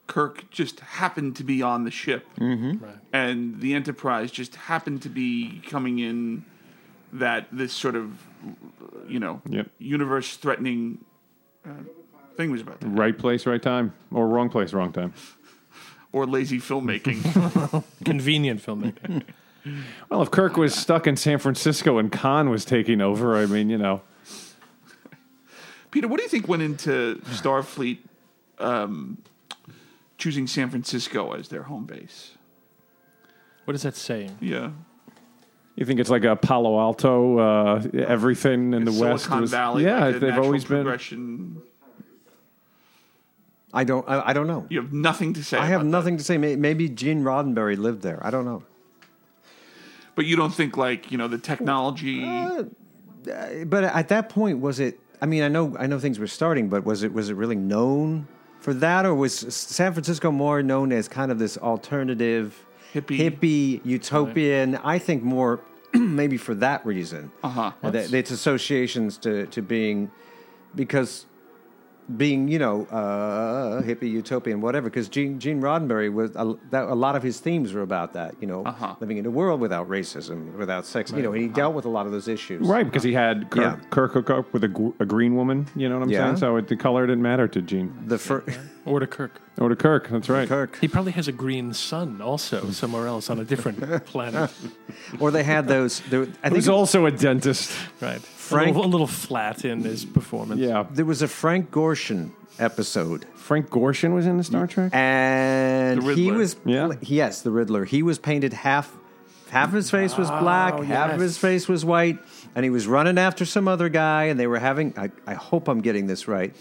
Speaker 4: Kirk just happened to be on the ship, mm-hmm.
Speaker 1: Right.
Speaker 4: and the Enterprise just happened to be coming in. That this sort of, you know,
Speaker 2: Yep.
Speaker 4: universe-threatening uh, thing was about,
Speaker 2: Right place, right time, or wrong place, wrong time.
Speaker 4: or lazy filmmaking.
Speaker 1: Convenient filmmaking.
Speaker 2: Well, if Kirk was stuck in San Francisco and Khan was taking over, I mean, you know,
Speaker 4: Peter, what do you think went into Starfleet um, choosing San Francisco as their home base?
Speaker 1: What is that saying?
Speaker 4: Yeah.
Speaker 2: You think it's like a Palo Alto, uh, everything in the
Speaker 4: Silicon
Speaker 2: West was
Speaker 4: Valley.
Speaker 2: yeah,
Speaker 4: like a
Speaker 2: they've
Speaker 4: natural
Speaker 2: always been.
Speaker 4: progression.
Speaker 3: I don't. I, I don't know.
Speaker 4: You have nothing to say.
Speaker 3: I have
Speaker 4: about
Speaker 3: nothing to say. May- Maybe Gene Roddenberry lived there. I don't know.
Speaker 4: that. But you don't think like you know the technology.
Speaker 3: Uh, But at that point, was it? I mean, I know, I know things were starting, but was it was it really known for that, or was San Francisco more known as kind of this alternative,
Speaker 4: Hippie.
Speaker 3: hippie utopian? I think more maybe for that reason.
Speaker 4: Uh-huh.
Speaker 3: Uh, that- Its associations to to being because being you know uh, hippie utopian whatever because Gene, Gene Roddenberry was a, that, a lot of his themes were about that you know
Speaker 4: Uh-huh.
Speaker 3: living in a world without racism without sex you know and he dealt with a lot of those issues
Speaker 2: Uh-huh. Right, because he had Kirk,
Speaker 3: Yeah.
Speaker 2: Kirk hook up with a, gr- a green woman. You know what I'm
Speaker 3: Yeah.
Speaker 2: saying? So it, the color didn't matter to Gene
Speaker 3: the first
Speaker 1: Or to Kirk?
Speaker 2: or to Kirk. That's right.
Speaker 3: Kirk
Speaker 1: He probably has a green sun also somewhere else on a different planet.
Speaker 3: or they had those there, I
Speaker 2: He
Speaker 3: think
Speaker 2: was also a dentist.
Speaker 1: Right.
Speaker 3: Frank-
Speaker 1: a, little, a little flat in his performance.
Speaker 2: Yeah,
Speaker 3: there was a Frank Gorshin episode
Speaker 2: Frank Gorshin was in the Star Trek.
Speaker 3: and
Speaker 4: The
Speaker 3: he
Speaker 4: Riddler.
Speaker 3: was
Speaker 2: Mm-hmm. Yeah.
Speaker 3: yes the Riddler he was painted half half of his face was black half of
Speaker 1: yes.
Speaker 3: his face was white and he was running after some other guy and they were having I, I hope I'm getting this right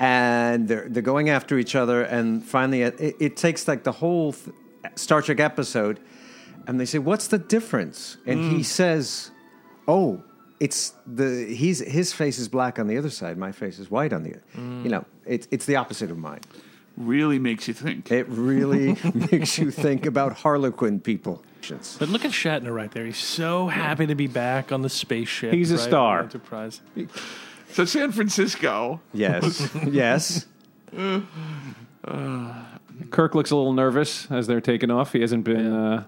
Speaker 3: and they're they're going after each other and finally it, it, it takes like the whole th- Star Trek episode and they say what's the difference and he
Speaker 4: Mm.
Speaker 3: says oh it's the he's his face is black on the other side my face is white on the other
Speaker 4: Mm.
Speaker 3: you know it's it's the opposite of mine
Speaker 4: really makes you think.
Speaker 3: it really makes you think about Harlequin people.
Speaker 1: But look at Shatner right there. He's so happy to be back on the spaceship.
Speaker 2: He's a
Speaker 1: right,
Speaker 2: star.
Speaker 1: on Enterprise.
Speaker 4: So San Francisco.
Speaker 3: Yes, yes.
Speaker 2: Kirk looks a little nervous as they're taking off. He hasn't been. Uh,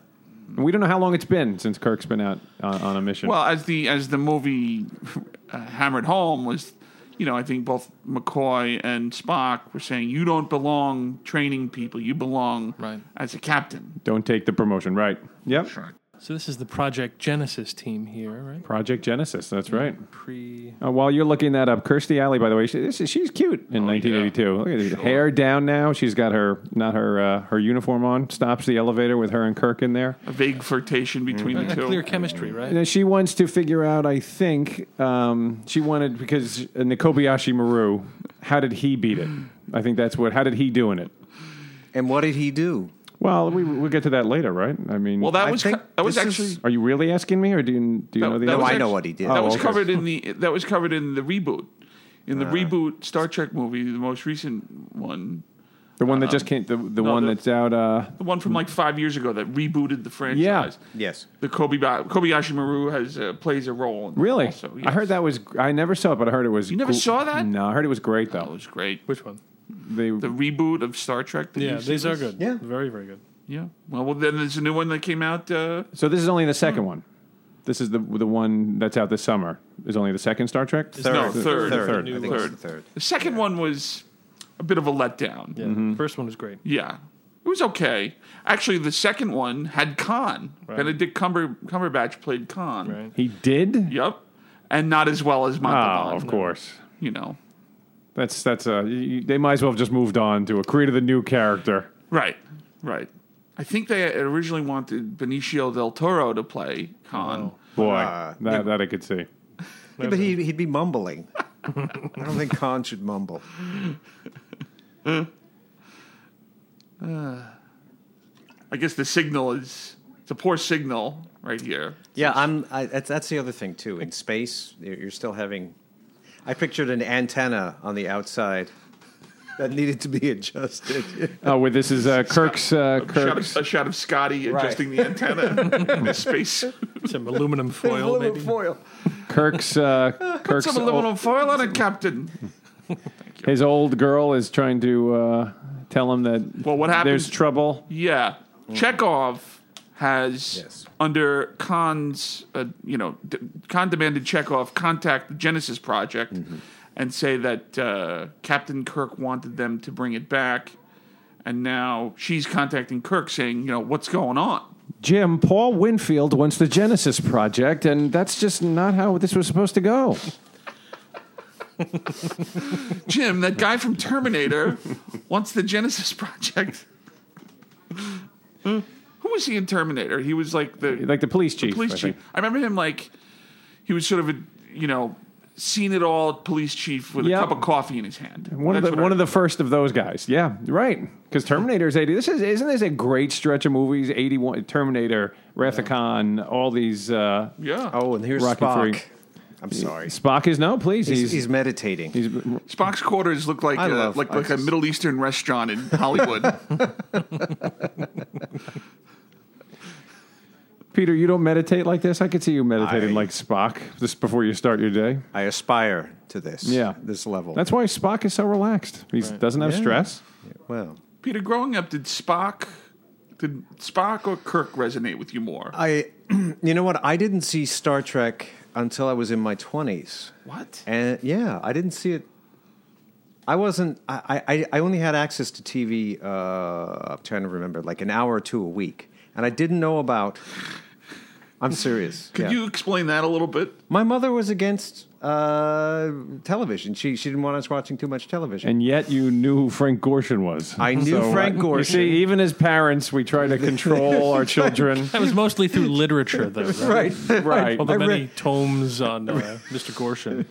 Speaker 2: we don't know how long it's been since Kirk's been out on, on a mission.
Speaker 4: Well, as the as the movie uh, hammered home was, you know, I think both McCoy and Spock were saying you don't belong training people. You belong
Speaker 1: Right.
Speaker 4: as a captain.
Speaker 2: don't take the promotion, right? Yep.
Speaker 1: So this is the Project Genesis team here, right?
Speaker 2: Project Genesis. That's right.
Speaker 1: Pre.
Speaker 2: Uh, while you're looking that up, Kirstie Alley, by the way, she, this is, she's cute in 1982. Look at her hair down now. She's got her not her uh, her uniform on. Stops the elevator with her and Kirk in there.
Speaker 4: A vague flirtation
Speaker 3: Mm-hmm.
Speaker 4: between the
Speaker 1: A
Speaker 4: two.
Speaker 1: clear chemistry, right?
Speaker 2: And then she wants to figure out. I think um, she wanted because in the Kobayashi Maru, how did he beat it? I think that's what. How did he do in it?
Speaker 3: And what did he do?
Speaker 2: Well, we we'll get to that later, right? I mean,
Speaker 4: Well, that
Speaker 3: I
Speaker 4: was
Speaker 3: think
Speaker 4: co- that was
Speaker 3: this
Speaker 4: actually
Speaker 3: is-
Speaker 2: Are you really asking me, or do you do you know the?
Speaker 3: that
Speaker 2: answer?
Speaker 3: was-
Speaker 4: actually-
Speaker 3: I know what he did.
Speaker 4: That
Speaker 3: Oh,
Speaker 4: was
Speaker 3: okay. Uh.
Speaker 4: covered in the that was covered in the reboot, in the reboot Star Trek movie, the most recent one,
Speaker 2: the one that just came, the, the
Speaker 4: no,
Speaker 2: one
Speaker 4: the-
Speaker 2: that's out. Uh,
Speaker 4: the one from like five years ago that rebooted the franchise.
Speaker 3: Yes.
Speaker 4: The Kobe Kobayashi Maru has uh, plays a role. In that
Speaker 2: really?
Speaker 4: also,
Speaker 2: I heard
Speaker 4: yes.
Speaker 2: that was. I never saw it, but I heard it was.
Speaker 4: You never saw that?
Speaker 2: No, I heard it was great
Speaker 4: That
Speaker 2: though.
Speaker 4: was great.
Speaker 1: Which one?
Speaker 2: They,
Speaker 4: The reboot of Star Trek. that
Speaker 1: Yeah,
Speaker 4: you've
Speaker 1: these
Speaker 4: seen
Speaker 1: are
Speaker 4: is-
Speaker 1: good.
Speaker 3: Yeah.
Speaker 1: Very, very good.
Speaker 4: Yeah. Well, well, then there's a new one that came out. Uh,
Speaker 2: so this is only the second
Speaker 4: Hmm.
Speaker 2: one. This is the the one that's out this summer. Is only the second Star Trek.
Speaker 4: no,
Speaker 3: Third.
Speaker 4: third.
Speaker 3: Third.
Speaker 2: Third.
Speaker 3: I think it's the third.
Speaker 4: The second one was a bit of a letdown.
Speaker 1: Yeah.
Speaker 3: Mm-hmm.
Speaker 1: First one was great.
Speaker 4: Yeah. It was okay. Actually, the second one had Khan. Benedict Cumber, Cumberbatch played Khan.
Speaker 1: Right.
Speaker 2: He did.
Speaker 4: Yep. And not as well as Montalban.
Speaker 2: Oh, of course.
Speaker 4: You know.
Speaker 2: That's that's uh, you, they might as well have just moved on to a created a new character.
Speaker 4: Right. Right. I think they originally wanted Benicio del Toro to play Khan.
Speaker 2: Boy,
Speaker 3: Uh,
Speaker 2: that, that I could see.
Speaker 3: Yeah, but he, he'd be mumbling. I don't think Khan should mumble.
Speaker 4: I guess the signal is it's a poor signal right here.
Speaker 3: Yeah, I'm. I, that's, that's the other thing too. In space, you're you're still having. I pictured an antenna on the outside that needed to be adjusted.
Speaker 2: Oh, well, this is uh, Kirk's. Uh,
Speaker 4: Shot
Speaker 2: Kirk's.
Speaker 4: of, a shot of Scotty
Speaker 3: Right.
Speaker 4: adjusting the antenna in his space.
Speaker 1: Some aluminum foil,
Speaker 3: Aluminum
Speaker 1: maybe.
Speaker 3: foil.
Speaker 2: Kirk's. Uh, Kirk's.
Speaker 4: Some aluminum foil on it, Captain.
Speaker 2: His old girl is trying to uh, tell him that
Speaker 4: Well, what happened-
Speaker 2: There's trouble.
Speaker 4: Yeah, Chekhov has
Speaker 3: Yes.
Speaker 4: under Khan's, uh, you know, d- Khan demanded Chekhov contact the Genesis Project and say that uh, Captain Kirk wanted them to bring it back, and now she's contacting Kirk saying, you know, what's going on?
Speaker 2: Jim, Paul Winfield wants the Genesis project, and that's just not how this was supposed to go.
Speaker 4: Jim, that guy from Terminator wants the Genesis Project. Who was he in Terminator? He was like the
Speaker 2: like the police
Speaker 4: the
Speaker 2: chief.
Speaker 4: police
Speaker 2: I
Speaker 4: chief.
Speaker 2: think.
Speaker 4: I remember him like he was sort of a you know seen it all police chief with
Speaker 2: Yep.
Speaker 4: a cup of coffee in his hand.
Speaker 2: One of
Speaker 4: That's
Speaker 2: the
Speaker 4: what I-
Speaker 2: one of the first of those guys. Yeah, right. Because Terminator is eighty. This is isn't this a great stretch of movies? Eighty one Terminator, Rathacon, all these. Uh,
Speaker 4: yeah.
Speaker 3: Oh, and here's
Speaker 2: Rocky
Speaker 3: Spock.
Speaker 2: Free.
Speaker 3: I'm sorry.
Speaker 2: Spock is no, please.
Speaker 3: He's,
Speaker 2: He's,
Speaker 3: he's meditating.
Speaker 2: he's-
Speaker 4: Spock's quarters look like
Speaker 3: I
Speaker 4: uh,
Speaker 3: love
Speaker 4: like like a
Speaker 3: ISIS.
Speaker 4: Middle Eastern restaurant in Hollywood.
Speaker 2: Peter. You don't meditate like this. I could see you meditating
Speaker 3: I-
Speaker 2: like Spock just before you start your day.
Speaker 3: I aspire to this.
Speaker 2: Yeah.
Speaker 3: This level.
Speaker 2: That's why Spock is so relaxed. He doesn't have
Speaker 3: Yeah.
Speaker 2: stress.
Speaker 3: well.
Speaker 4: Peter, growing up, did Spock did Spock or Kirk resonate with you more?
Speaker 3: I, you know what? I didn't see Star Trek until I was in my twenties,
Speaker 4: what?
Speaker 3: and yeah, I didn't see it. I wasn't. I, I, I only had access to TV. Uh, I'm trying to remember, like an hour or two a week, and I didn't know about. I'm serious.
Speaker 4: Could
Speaker 3: yeah.
Speaker 4: you explain that a little bit?
Speaker 3: My mother was against uh, television. She she didn't want us watching too much television.
Speaker 2: And yet you knew who Frank Gorshin was.
Speaker 3: I knew Frank
Speaker 2: uh,
Speaker 3: Gorshin.
Speaker 2: You see, even as parents, we try to control our children.
Speaker 1: That was mostly through literature, though. Right.
Speaker 2: Right.
Speaker 1: All the
Speaker 3: I
Speaker 1: many
Speaker 3: read-
Speaker 1: tomes on uh, Mr. Gorshin.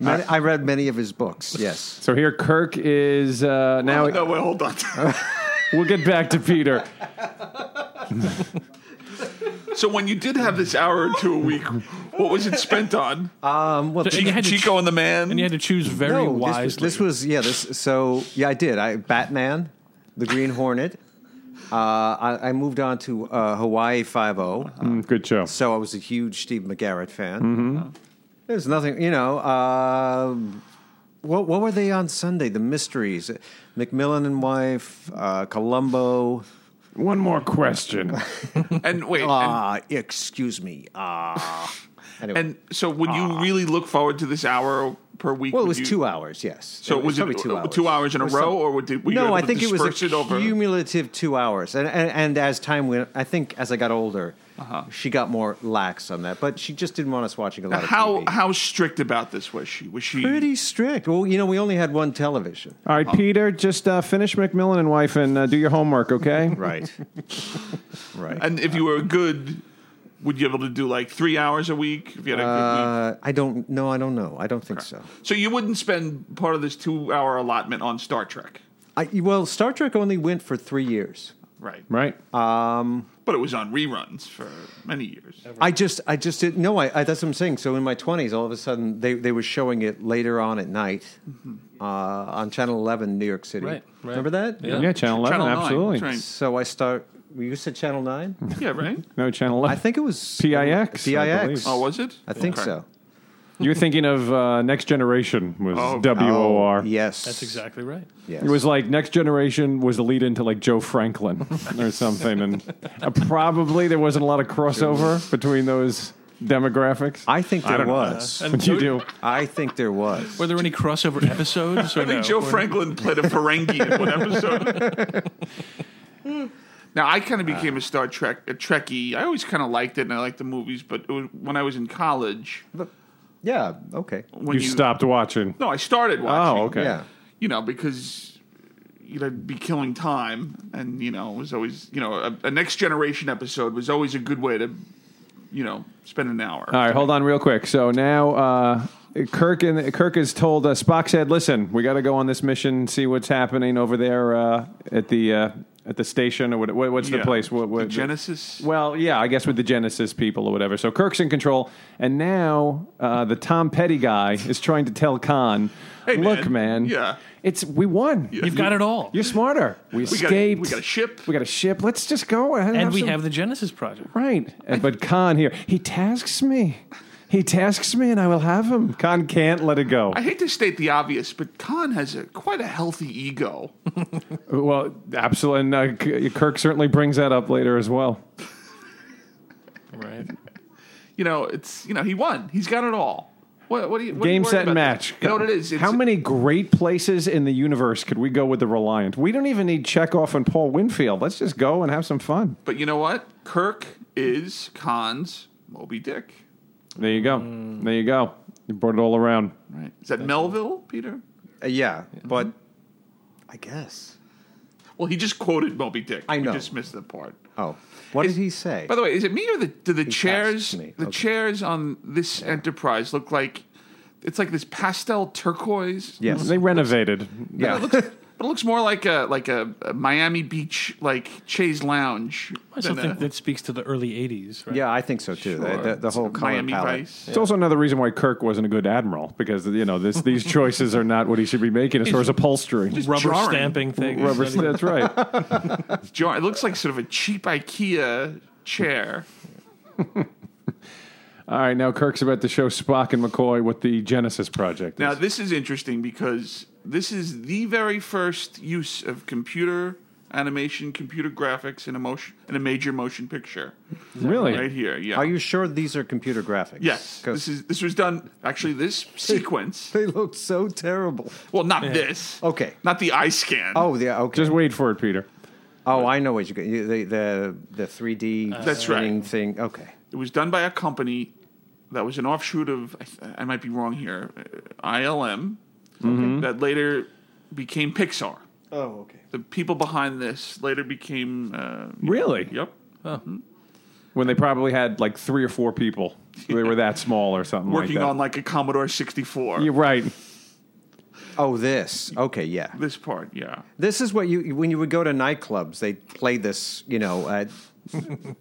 Speaker 3: I, I read many of his books. Yes.
Speaker 2: So here Kirk is uh, now.
Speaker 4: no, wait, hold on.
Speaker 2: We'll get back to Peter.
Speaker 4: so when you did have this hour or two a week, what was it spent on?
Speaker 3: Um, well,
Speaker 1: And you had to
Speaker 4: Chico
Speaker 1: ch-
Speaker 4: and the Man.
Speaker 1: And you had to choose very
Speaker 3: no, this was-
Speaker 1: wisely.
Speaker 3: This, was yeah. This so yeah. I did. I Batman, the Green Hornet. Uh, I, I moved on to uh, Hawaii Five O,
Speaker 4: Uh-huh.
Speaker 2: Mm, Good show.
Speaker 3: so I was a huge Steve McGarrett fan.
Speaker 4: Mm-hmm.
Speaker 3: There's nothing, you know. Uh, what what were they on Sunday? The Mysteries, McMillan and Wife, uh, Columbo.
Speaker 2: One more question.
Speaker 4: and wait, and,
Speaker 3: Ah, excuse me. Ah, anyway.
Speaker 4: and so would you really look forward to this hour per week?
Speaker 3: Uh. well, it
Speaker 4: Would
Speaker 3: was
Speaker 4: you-
Speaker 3: two hours. Yes.
Speaker 4: So
Speaker 3: it
Speaker 4: was it uh,
Speaker 3: probably two hours.
Speaker 4: two hours in a
Speaker 3: It was
Speaker 4: row,
Speaker 3: some-
Speaker 4: or would did, were you
Speaker 3: no,
Speaker 4: able
Speaker 3: I
Speaker 4: to
Speaker 3: think it was a
Speaker 4: disperse it over?
Speaker 3: cumulative two hours, and, and and as time went, I think as I got older, she got more lax on that. But she just didn't want us watching a lot of
Speaker 4: How
Speaker 3: TV.
Speaker 4: how strict about this was she? Was she
Speaker 3: Pretty strict. Well, you know, we only had one television.
Speaker 2: All right, Peter, just uh, finish McMillan and wife and uh, do your homework, okay?
Speaker 3: Right. right.
Speaker 4: And if you were good, would you be able to do like three hours a week? If you had a good week?
Speaker 3: Uh, I don't. No, I don't know. I don't think so.
Speaker 4: So you wouldn't spend part of this two-hour allotment on Star Trek,
Speaker 3: I, well, Star Trek only went for three years.
Speaker 4: right?
Speaker 2: Right.
Speaker 4: But it was on reruns for many years.
Speaker 3: I just, I just didn't. No, I, I. That's what I'm saying. So in my 20s, all of a sudden, they they were showing it later on at night uh, on Channel 11, New York City.
Speaker 1: Right, right.
Speaker 3: Remember that?
Speaker 1: Yeah.
Speaker 2: yeah, Channel 11,
Speaker 4: Channel 9,
Speaker 2: absolutely.
Speaker 4: that's
Speaker 3: So I start. You said Channel Nine?
Speaker 4: right. Yeah, right.
Speaker 2: No, Channel
Speaker 3: I
Speaker 2: 11.
Speaker 3: think it was
Speaker 2: PIX, I
Speaker 3: PIX.
Speaker 2: believe.
Speaker 4: Oh, was it?
Speaker 3: I think
Speaker 4: Okay.
Speaker 3: so.
Speaker 2: You're thinking of uh, Next Generation was
Speaker 4: Oh.
Speaker 2: W-O-R.
Speaker 3: Yes,
Speaker 1: That's exactly right.
Speaker 3: Yes.
Speaker 2: It was like Next Generation was the lead into like Joe Franklin or something, and uh, probably there wasn't a lot of crossover between those demographics.
Speaker 3: I think there
Speaker 2: don't know.
Speaker 3: was.
Speaker 1: And
Speaker 2: But you do.
Speaker 3: I think there was.
Speaker 1: Were there any crossover episodes? Or
Speaker 4: I think
Speaker 1: no?
Speaker 4: Joe
Speaker 1: Or-
Speaker 4: Franklin played a Ferengi in one episode. now I kind of became a Star Trek a Trekkie. I always kind of liked it, and I liked the movies. But it was, when I was in college,
Speaker 3: Yeah. Okay.
Speaker 4: when
Speaker 2: You stopped watching.
Speaker 4: No, I started watching.
Speaker 2: Oh, okay.
Speaker 3: Yeah.
Speaker 4: you know, because you know, I'd be killing time, and you know, it was always you know, a, a next generation episode was always a good way to, you know, spend an hour.
Speaker 2: All right, hold on real quick. So now uh, Kirk and Kirk is told uh, Spock said, "Listen, we got to go on this mission, see what's happening over there uh, at the uh, at the station or what, what, what's
Speaker 4: Yeah.
Speaker 2: the place? What,
Speaker 4: The
Speaker 2: what,
Speaker 4: Genesis.
Speaker 2: Well, yeah, I guess with the Genesis people or whatever. So Kirk's in control, and now uh, the Tom Petty guy is trying to tell Khan,
Speaker 4: Hey, man.
Speaker 2: "Look, man,
Speaker 4: Yeah.
Speaker 2: it's we won.
Speaker 1: You've got it all.
Speaker 2: You're smarter. We,
Speaker 4: we got a, we
Speaker 2: escaped.
Speaker 4: got a ship.
Speaker 2: We got a ship. Let's just go
Speaker 1: and we
Speaker 2: some-
Speaker 1: have the Genesis Project.
Speaker 2: Right. And, but Khan here, he tasks me. He tasks me and I will have him. Khan can't let it go.
Speaker 4: I hate to state the obvious, but Khan has a quite a healthy ego.
Speaker 2: well, absolutely. And uh, K- Kirk certainly brings that up later as well.
Speaker 1: Right.
Speaker 4: You know, it's you know he won. He's got it all. What, what do you? What are you
Speaker 2: Game,
Speaker 4: worried
Speaker 2: set, and
Speaker 4: about?
Speaker 2: match.
Speaker 4: You know what it is? It's,
Speaker 2: How many great places in the universe could we go with the Reliant? We don't even need Chekhov and Paul Winfield. Let's just go and have some fun.
Speaker 4: But you know what? Kirk is Khan's Moby Dick.
Speaker 2: There you go.
Speaker 4: Mm.
Speaker 2: There you go. You brought it all around.
Speaker 4: Right? Is that Melville, Peter?
Speaker 3: Uh, yeah, but I guess.
Speaker 4: Well, he just quoted Moby Dick.
Speaker 3: I know.
Speaker 4: We just missed the part.
Speaker 3: Oh, what
Speaker 4: Is-
Speaker 3: did he say?
Speaker 4: By the way, is it me or the, do the chairs?
Speaker 3: passed me.
Speaker 4: The
Speaker 3: Okay.
Speaker 4: chairs on this Enterprise look like it's like this pastel turquoise.
Speaker 3: yes,
Speaker 2: They renovated.
Speaker 3: yeah.
Speaker 4: But it looks more like a like a, a Miami Beach like chaise lounge.
Speaker 1: That's
Speaker 4: than
Speaker 1: something
Speaker 4: a-
Speaker 1: that speaks to the early 80s, right?
Speaker 3: Yeah, I think so too. The, the, the whole color
Speaker 4: Miami
Speaker 3: palette.
Speaker 4: Vice.
Speaker 2: It's also another reason why Kirk wasn't a good admiral because you know this these choices are not what he should be making as far as upholstery.
Speaker 1: Rubber
Speaker 4: jarring.
Speaker 1: stamping thing.
Speaker 2: Rubber. That's right.
Speaker 4: It's jar- It looks like sort of a cheap IKEA chair.
Speaker 2: All right, now Kirk's about to show Spock and McCoy what the Genesis project is.
Speaker 4: Now this is interesting because this is the very first use of computer animation, computer graphics in a motion in a major motion picture.
Speaker 2: really?
Speaker 4: Right here, yeah.
Speaker 3: Are you sure these are computer graphics?
Speaker 4: Yes,
Speaker 3: 'Cause
Speaker 4: this is this was done actually. This sequence,
Speaker 3: they look so terrible.
Speaker 4: well, not this.
Speaker 3: Okay.
Speaker 4: not the eye scan.
Speaker 3: Oh, yeah. Okay.
Speaker 2: Just wait for it, Peter.
Speaker 3: oh, I know what you got. You- The the the three D
Speaker 4: That's right.
Speaker 3: thing. Okay.
Speaker 4: it was done by a company that was an offshoot of I, th- I might be wrong here, uh, ILM,
Speaker 3: Mm-hmm.
Speaker 4: that later became Pixar.
Speaker 3: Oh, okay.
Speaker 4: The people behind this later became uh,
Speaker 2: Really?
Speaker 4: yep,
Speaker 2: When they probably had like three or four people, they were that small or something
Speaker 4: working
Speaker 2: like that.
Speaker 4: on like a Commodore sixty four.
Speaker 2: You're right.
Speaker 3: Oh, this. Okay, yeah.
Speaker 4: This part, yeah,
Speaker 3: This is what you when you would go to nightclubs, they play this. You know, uh,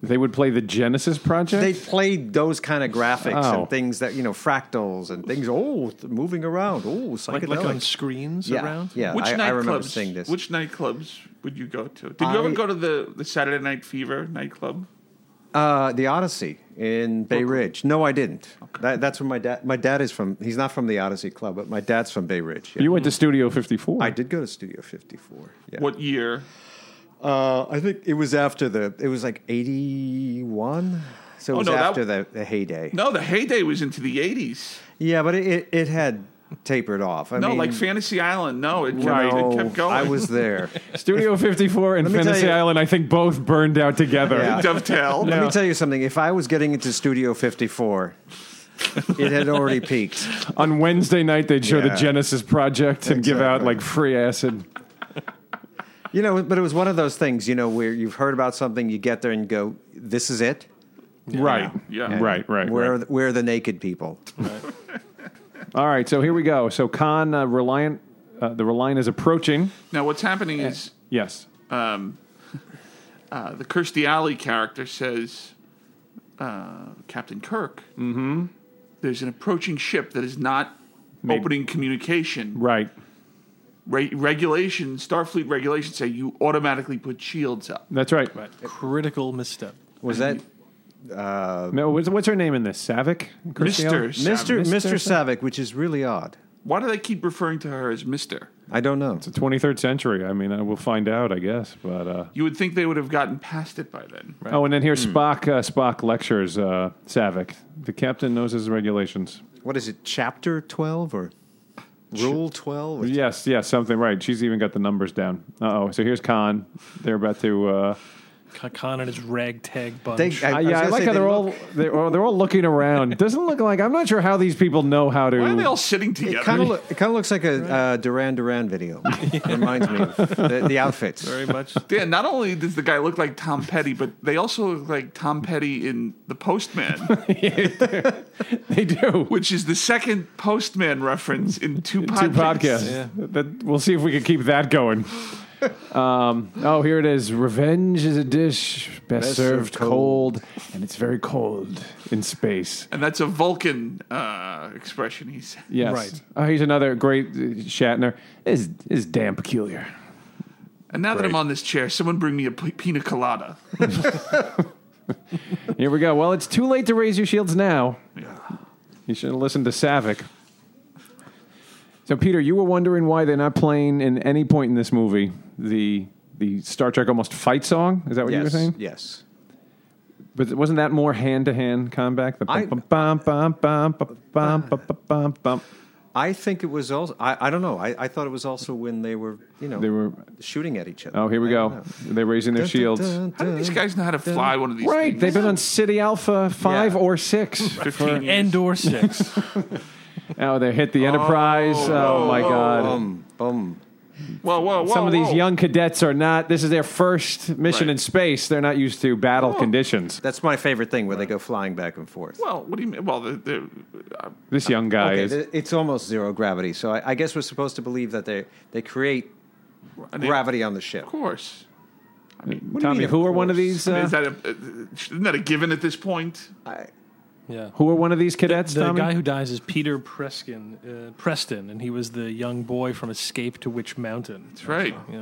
Speaker 2: They would play the Genesis project.
Speaker 3: they played those kind of graphics
Speaker 2: Oh.
Speaker 3: and things that you know fractals and things. Oh, th- moving around. Oh,
Speaker 1: Like,
Speaker 3: psychedelic.
Speaker 1: like on screens
Speaker 3: yeah,
Speaker 1: around?
Speaker 3: yeah.
Speaker 4: Which
Speaker 3: I,
Speaker 4: nightclubs?
Speaker 3: I remember seeing this.
Speaker 4: Which nightclubs would you go to? Did you ever
Speaker 3: I-
Speaker 4: go to the, the Saturday Night Fever nightclub?
Speaker 3: Uh, the Odyssey in Bay Ridge. No, I didn't. That, that's where my dad. My dad is from. He's not from the Odyssey Club, but my dad's from Bay Ridge. yeah.
Speaker 2: you went to Studio 54.
Speaker 3: I did go to Studio Fifty Four. Yeah.
Speaker 4: What year?
Speaker 3: Uh, I think it was after the. It was like eighty one. So it
Speaker 4: Oh,
Speaker 3: was
Speaker 4: no, that-
Speaker 3: after the, the heyday.
Speaker 4: No, the heyday was into the eighties.
Speaker 3: Yeah, but it, it, it had tapered off. I
Speaker 4: No,
Speaker 3: mean,
Speaker 4: like Fantasy Island. No, it kept,
Speaker 2: Right.
Speaker 4: it kept going.
Speaker 3: I was there.
Speaker 2: Studio 54 and
Speaker 3: Let me tell
Speaker 2: Fantasy
Speaker 3: you-
Speaker 2: Island, I think both burned out together.
Speaker 3: Yeah.
Speaker 4: dovetail.
Speaker 3: Let me tell you something. If I was getting into Studio 54, it had already peaked.
Speaker 2: On Wednesday night, they'd show the
Speaker 3: Yeah.
Speaker 2: Genesis project and give out
Speaker 3: Exactly.
Speaker 2: like free acid.
Speaker 3: You know, but it was one of those things, you know, where you've heard about something, you get there and go, this is it.
Speaker 2: Right.
Speaker 4: Yeah.
Speaker 2: Right, right.
Speaker 3: Where,
Speaker 2: right.
Speaker 3: are the, where are the naked people?
Speaker 2: All right, so here we go. So Khan, uh, Reliant, uh, the Reliant is approaching.
Speaker 4: Now, what's happening is
Speaker 2: Yes.
Speaker 4: uh, the Kirstie Alley character says, uh, Captain Kirk, mm-hmm. there's an approaching ship that is not opening communication.
Speaker 2: Right.
Speaker 4: Re- regulation, Starfleet regulations say you automatically put shields up.
Speaker 2: That's right.
Speaker 1: Critical misstep.
Speaker 3: Was that Uh,
Speaker 2: No, what's, what's her name in this? Savick? Kirstie Alley?
Speaker 4: Mister,
Speaker 3: Mr.
Speaker 4: Mr.
Speaker 3: Mr. Savick, which is really odd.
Speaker 4: Why do they keep referring to her as Mister?
Speaker 3: I don't know.
Speaker 2: 23rd century. I mean, uh, we'll find out, I guess. But uh,
Speaker 4: You would think they would have gotten past it by then.
Speaker 2: oh, and then
Speaker 3: Hmm.
Speaker 2: here's Spock. Uh, Spock lectures uh, Savick. The captain knows his regulations.
Speaker 3: What is it, chapter 12 or rule 12?
Speaker 2: Yes, yes, something right. She's even got the numbers down. Uh oh. So here's Khan. They're about to. Uh,
Speaker 1: Khan and his ragtag bunch.
Speaker 3: They- I-
Speaker 2: uh,
Speaker 3: I was
Speaker 2: yeah, I
Speaker 3: gonna
Speaker 2: like
Speaker 3: say
Speaker 2: how
Speaker 3: they
Speaker 2: they're all
Speaker 3: look-
Speaker 2: they're, all- they're all looking around. Doesn't look like I'm not sure how these people know how to.
Speaker 4: Why are they all sitting
Speaker 3: It kind
Speaker 4: together?
Speaker 3: of look, it kind of looks like a uh, Duran Duran video. It reminds me of the, the outfits.
Speaker 1: very much.
Speaker 4: Yeah, not only does the guy look like Tom Petty, but they also look like Tom Petty in The Postman.
Speaker 2: they do.
Speaker 4: which is the second Postman reference in two podcasts.
Speaker 2: two podcasts. That, we'll see if we can keep that going. um, oh, here it is. Revenge is a dish best, served
Speaker 3: served
Speaker 2: cold. and it's very cold in space.
Speaker 4: And that's a Vulcan uh, expression he said.
Speaker 2: Yes.
Speaker 1: Right.
Speaker 2: Oh, here's another great uh, Shatner. Is is damn peculiar.
Speaker 4: And now that I'm
Speaker 2: Great.
Speaker 4: on this chair, someone bring me a p- pina colada.
Speaker 2: Here we go. Well, it's too late to raise your shields now.
Speaker 4: Yeah.
Speaker 2: You should have listened to Savick. So, Peter, you were wondering why they're not playing in any point in this movie the the Star Trek almost fight song. Is that what you were
Speaker 3: Yes,
Speaker 2: saying?
Speaker 3: yes.
Speaker 2: But wasn't that more hand to hand combat? The
Speaker 3: I- Uh.
Speaker 2: bum, bum, bum, bum, bum, bum, bum, bum, bum, bum.
Speaker 3: I think it was also. I, I don't know. I, I thought it was also when they were, you know,
Speaker 2: They were.
Speaker 3: shooting at each other.
Speaker 2: Oh, here we go. They're raising their shields.
Speaker 4: How do these guys know how to fly one of these
Speaker 2: Right.
Speaker 4: things?
Speaker 2: They've been on City Alpha five
Speaker 3: Yeah.
Speaker 2: or six.
Speaker 4: 15 years.
Speaker 1: Endor 6.
Speaker 2: oh, they hit the Enterprise. Oh, my God.
Speaker 3: Boom, boom.
Speaker 4: Whoa, whoa, whoa!
Speaker 2: Some of these
Speaker 4: whoa.
Speaker 2: young cadets are not. This is their first mission
Speaker 4: Right.
Speaker 2: in space. They're not used to
Speaker 3: Oh.
Speaker 2: battle conditions.
Speaker 3: That's my favorite thing where they go flying back and forth.
Speaker 4: Well, what do you mean? Well, the, the, uh,
Speaker 2: This young guy
Speaker 3: okay,
Speaker 2: is.
Speaker 3: th- it's almost zero gravity, so I, I guess we're supposed to believe that they they create
Speaker 4: I mean,
Speaker 3: gravity on the ship.
Speaker 4: Of course.
Speaker 3: What do you
Speaker 2: Tommy,
Speaker 3: mean,
Speaker 2: who
Speaker 3: of
Speaker 2: are one of
Speaker 3: course?
Speaker 2: these?
Speaker 4: I mean,
Speaker 2: Uh,
Speaker 4: is that a, isn't that a given at this point?
Speaker 3: I,
Speaker 1: Yeah.
Speaker 2: who are one of these cadets?
Speaker 1: The
Speaker 2: Tommy?
Speaker 1: guy who dies is Peter Preskin, uh, Preston, and he was the young boy from Escape to Witch Mountain. That's
Speaker 4: right.
Speaker 1: Yeah.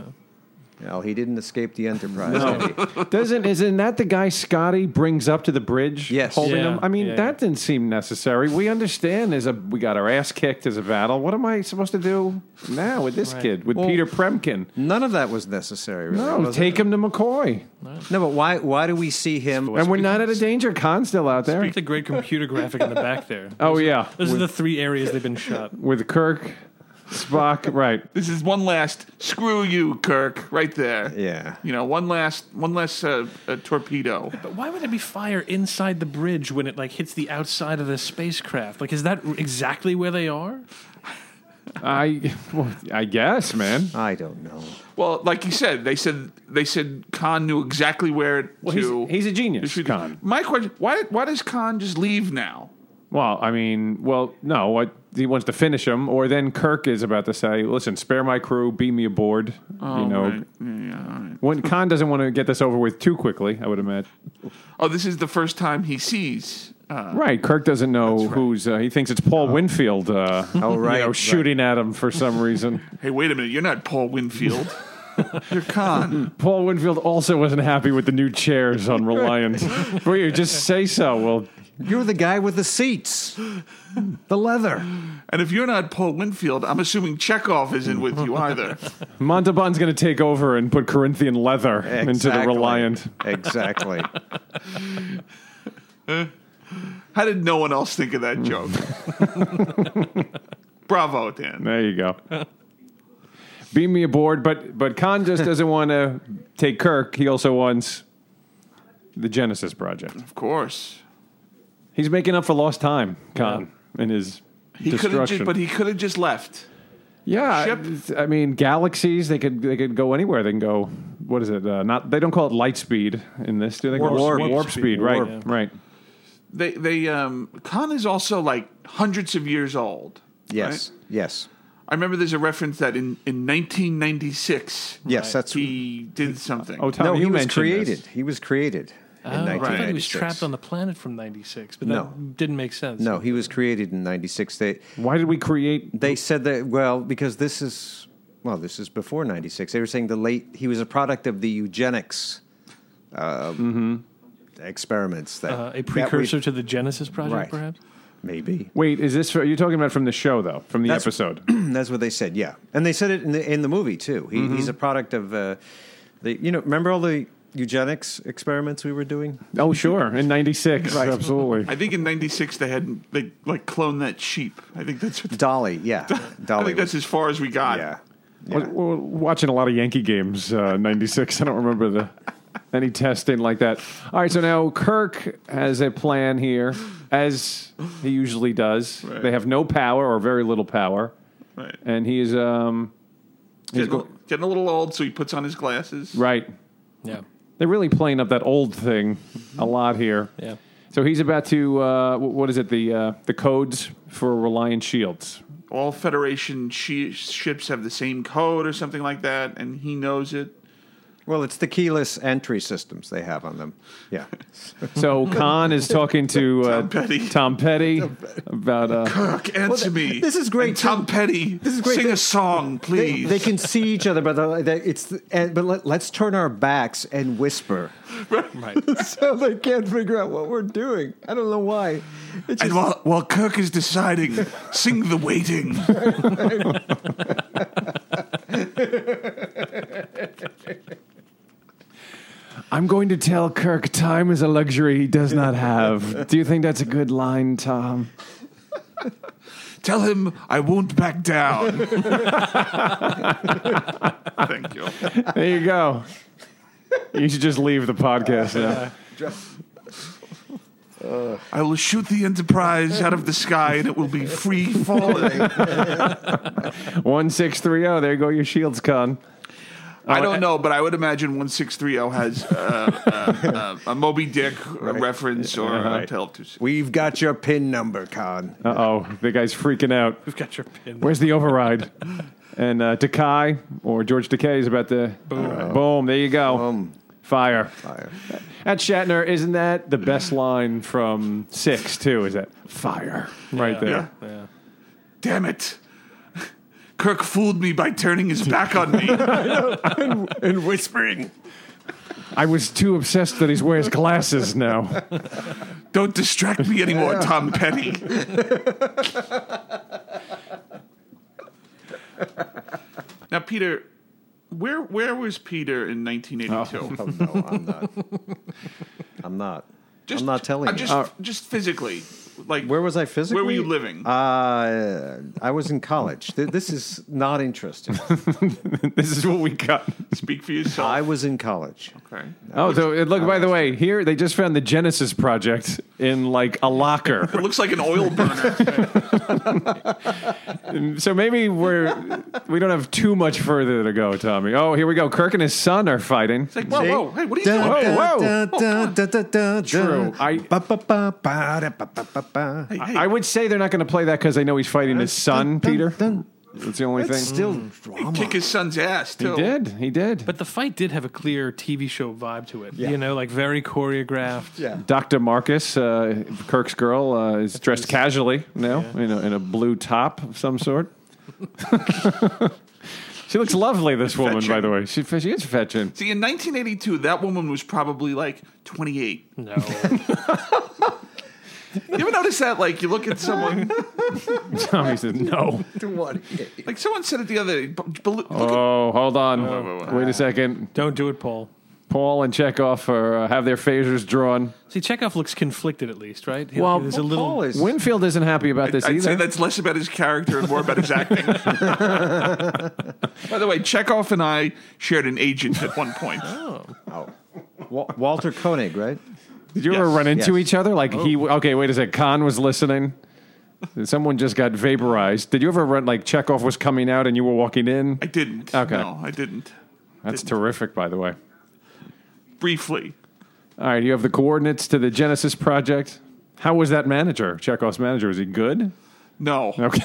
Speaker 3: no, he didn't escape the Enterprise. did he?
Speaker 2: Doesn't isn't that the guy Scotty brings up to the bridge?
Speaker 3: Yes.
Speaker 2: holding
Speaker 1: Yeah,
Speaker 2: him. I mean,
Speaker 1: yeah,
Speaker 2: that
Speaker 1: yeah.
Speaker 2: didn't seem necessary. We understand there's a we got our ass kicked as a battle. What am I supposed to do now with this
Speaker 1: Right.
Speaker 2: kid with
Speaker 3: Well,
Speaker 2: Peter Premkin?
Speaker 3: None of that was necessary. Really,
Speaker 2: No,
Speaker 3: was
Speaker 2: take
Speaker 3: it?
Speaker 2: him to McCoy.
Speaker 3: No, but why? Why do we see him?
Speaker 2: and we're not at a danger. Khan's still out there.
Speaker 1: Look at the great computer graphic in the back there.
Speaker 2: Oh yeah,
Speaker 1: Those are the three areas they've been shot.
Speaker 2: with Kirk, Spock. Right.
Speaker 4: This is one last screw you, Kirk, right there.
Speaker 3: Yeah.
Speaker 4: You know, one last one last uh, uh, torpedo.
Speaker 1: But why would there be fire inside the bridge when it like hits the outside of the spacecraft? Like, is that exactly where they are?
Speaker 2: I well, I guess, man.
Speaker 3: I don't know.
Speaker 4: Well, like you said, they said they said Khan knew exactly where
Speaker 2: Well,
Speaker 4: to.
Speaker 2: he's, he's a genius,
Speaker 4: to-
Speaker 2: Khan.
Speaker 4: My question: Why why does Khan just leave now?
Speaker 2: Well, I mean, well, no, what he wants to finish him, or then Kirk is about to say, "Listen, spare my crew, beam me aboard." you know,
Speaker 4: Oh, right. Yeah, yeah, all right.
Speaker 2: when Khan doesn't want to get this over with too quickly, I would imagine.
Speaker 4: Oh, this is the first time he sees. Uh,
Speaker 2: Right, Kirk doesn't know who's. Uh, he thinks it's Paul Winfield. Uh,
Speaker 3: Oh,
Speaker 2: you
Speaker 3: right,
Speaker 2: know,
Speaker 3: right.
Speaker 2: shooting at him for some reason.
Speaker 4: hey, wait a minute! You're not Paul Winfield. You're Khan.
Speaker 2: Paul Winfield also wasn't happy with the new chairs on Reliant. For you, just say so. Well,
Speaker 3: You're the guy with the seats, the leather.
Speaker 4: and if you're not Paul Winfield, I'm assuming Chekhov isn't with you either.
Speaker 2: Montalban's going to take over and put Corinthian leather into the
Speaker 3: Exactly.
Speaker 2: Reliant.
Speaker 3: Exactly.
Speaker 4: How did no one else think of that joke? Bravo, Dan.
Speaker 2: There you go. Beam me aboard, but but Khan just doesn't want to take Kirk. He also wants the Genesis project.
Speaker 4: Of course.
Speaker 2: He's making up for lost time, Khan, in his
Speaker 4: He could have
Speaker 2: destruction.
Speaker 4: just, but he could have just left.
Speaker 2: yeah,
Speaker 4: ship-
Speaker 2: it's- I mean galaxies. They could they could go anywhere. They can go. What is it? Uh, not they don't call it light speed in this, do they?
Speaker 1: Warp
Speaker 2: warp,
Speaker 1: speed.
Speaker 2: warp speed. Right,
Speaker 1: Warp.
Speaker 2: right.
Speaker 4: They, they, um, Khan is also like hundreds of years old.
Speaker 3: Yes.
Speaker 4: right?
Speaker 3: Yes.
Speaker 4: I remember there's a reference that in, in 1996,
Speaker 3: Yes. That's
Speaker 4: he did something.
Speaker 2: Oh, Tom,
Speaker 3: no.
Speaker 2: you
Speaker 3: He was
Speaker 2: mentioned this.
Speaker 3: created. He was created
Speaker 1: Oh,
Speaker 3: in
Speaker 1: I thought he was
Speaker 3: 1996.
Speaker 1: trapped on the planet from '96, but that
Speaker 3: No.
Speaker 1: didn't make sense.
Speaker 3: no, he was created in '96. They
Speaker 2: Why did we create?
Speaker 3: they said that well because this is well this is before 96 they were saying the late he was a product of the eugenics um, experiments that
Speaker 1: Mm-hmm. Uh,
Speaker 3: that
Speaker 1: a
Speaker 3: we-
Speaker 1: precursor to the Genesis project,
Speaker 3: Right.
Speaker 1: perhaps.
Speaker 3: maybe
Speaker 2: Wait, is this? Are you talking about from the show though? From the
Speaker 3: That's-
Speaker 2: episode?
Speaker 3: that's what they said yeah and they said it in the in the movie too he,
Speaker 1: Mm-hmm.
Speaker 3: he's a product of uh, the you know remember all the eugenics experiments we were doing
Speaker 2: oh, sure, in '96, absolutely.
Speaker 4: I think in 96, they had, they like cloned that sheep. I think that's what,
Speaker 3: dolly yeah
Speaker 4: I
Speaker 3: dolly
Speaker 4: think that's
Speaker 3: was,
Speaker 4: as far as we got.
Speaker 3: yeah
Speaker 2: We're we're watching a lot of Yankee games, uh, 96. I don't remember the any testing like that. All right, so now Kirk has a plan here, as he usually does.
Speaker 4: Right.
Speaker 2: They have no power or very little power,
Speaker 4: Right.
Speaker 2: and he is um, he's
Speaker 4: Getting,
Speaker 2: go-
Speaker 4: getting a little old, so he puts on his glasses.
Speaker 2: right.
Speaker 1: Yeah,
Speaker 2: They're really playing up that old thing a lot here.
Speaker 1: yeah.
Speaker 2: So he's about to uh, wh- what is it the uh, the codes for Reliant shields?
Speaker 4: all Federation shi ships have the same code or something like that, and he knows it.
Speaker 3: well it's the keyless entry systems they have on them yeah
Speaker 2: So Khan is talking to uh,
Speaker 4: Tom Petty.
Speaker 2: Tom Petty about uh,
Speaker 4: Kirk, answer me.
Speaker 3: this is great,
Speaker 4: And Tom Petty, this
Speaker 3: is great.
Speaker 4: Sing
Speaker 3: They-
Speaker 4: a song,
Speaker 3: They,
Speaker 4: please.
Speaker 3: they can see each other, but they're- they- it's the- and, but let, let's turn our backs and whisper,
Speaker 1: Right.
Speaker 3: so they can't figure out what we're doing. I don't know why. It's
Speaker 4: and
Speaker 3: just,
Speaker 4: while, while Kirk is deciding, sing the waiting.
Speaker 2: I'm going to tell Kirk time is a luxury he does not have. Do you think that's a good line, Tom?
Speaker 4: Tell him I won't back down. Thank you.
Speaker 2: There you go. You should just leave the podcast now.
Speaker 4: I will shoot the Enterprise out of the sky and it will be free falling.
Speaker 2: One six three zero. There go your shields, con.
Speaker 4: I don't know, but I would imagine 1630 has uh, uh, uh, a Moby Dick reference or a Tale of Two Cities.
Speaker 3: We've got your pin number, Con.
Speaker 2: Uh oh, the guy's freaking out.
Speaker 1: We've got your pin.
Speaker 2: Where's the override? and uh, Takai or George Takei is about to boom. Boom. There you go.
Speaker 3: Boom.
Speaker 2: Fire.
Speaker 3: Fire.
Speaker 2: At Shatner, isn't that the best line from Six too? Is that fire right there?
Speaker 1: Yeah.
Speaker 4: Damn it. Kirk fooled me by turning his back on me.
Speaker 3: and whispering.
Speaker 2: I was too obsessed that he wears glasses now.
Speaker 4: Don't distract me anymore, Tom Petty. now, Peter, where where was Peter in 1982?
Speaker 3: Oh, no, I'm not. I'm not.
Speaker 4: Just-
Speaker 3: I'm not telling
Speaker 4: uh,
Speaker 3: you.
Speaker 4: Just, just physically, like
Speaker 3: Where was I physically?
Speaker 4: Where were you living?
Speaker 3: Uh, I was in college. Th- This is not interesting.
Speaker 2: this is what we got.
Speaker 4: Speak for yourself.
Speaker 3: I was in college.
Speaker 4: okay.
Speaker 2: Oh, so it- look. By the way, here they just found the Genesis project in like a locker.
Speaker 4: It looks like an oil burner.
Speaker 2: So maybe we're we don't have too much further to go, Tommy. Oh, here we go. Kirk and his son are fighting.
Speaker 4: It's like, whoa, whoa, hey, what are you doing?
Speaker 2: Whoa, whoa. True.
Speaker 3: True.
Speaker 2: I- I would say they're not going to play that because they know he's fighting his son, Peter. That's the only
Speaker 3: It's
Speaker 2: thing.
Speaker 3: still drama.
Speaker 4: Kick his son's ass too.
Speaker 2: He did. He did.
Speaker 1: But the fight did have a clear TV show vibe to it. You know, like very choreographed.
Speaker 3: Yeah.
Speaker 2: Dr. Marcus, uh, Kirk's girl, uh, is dressed casually now in, a, in a blue top of some sort. she looks lovely, this woman, by
Speaker 4: Fetching.
Speaker 2: the way. She, she is fetching.
Speaker 4: See, in 1982, that woman was probably like 28.
Speaker 1: No.
Speaker 4: You ever notice that? Like, you look at someone,
Speaker 2: Tommy said, no.
Speaker 4: like someone said it the other day. b- b- Look at
Speaker 2: Oh, hold on.
Speaker 4: whoa,
Speaker 2: Wait a second.
Speaker 1: Don't do it, Paul.
Speaker 2: Paul and Chekhov are, uh, have their phasers drawn.
Speaker 1: See, Chekhov looks conflicted at least, right? He-
Speaker 2: Well,
Speaker 1: there's a little.
Speaker 3: Paul is
Speaker 2: Winfield isn't happy about this
Speaker 4: I'd
Speaker 2: either.
Speaker 4: say that's less about his character and more about his acting. By the way, Chekhov and I shared an agent at one point.
Speaker 3: Oh. Wa- Walter Koenig, right?
Speaker 2: Did you ever
Speaker 4: Yes. Oh.
Speaker 2: run into
Speaker 3: Yes.
Speaker 2: each other? Like he? Okay, wait a sec. Khan was listening. And Someone just got vaporized. Did you ever run like Chekhov was coming out and you were walking in?
Speaker 4: I didn't.
Speaker 2: Okay.
Speaker 4: No, I didn't.
Speaker 2: That's terrific, by the way.
Speaker 4: Briefly.
Speaker 2: All right, you have the coordinates to the Genesis project. How was that manager? Chekhov's manager was he good?
Speaker 4: No.
Speaker 2: Okay,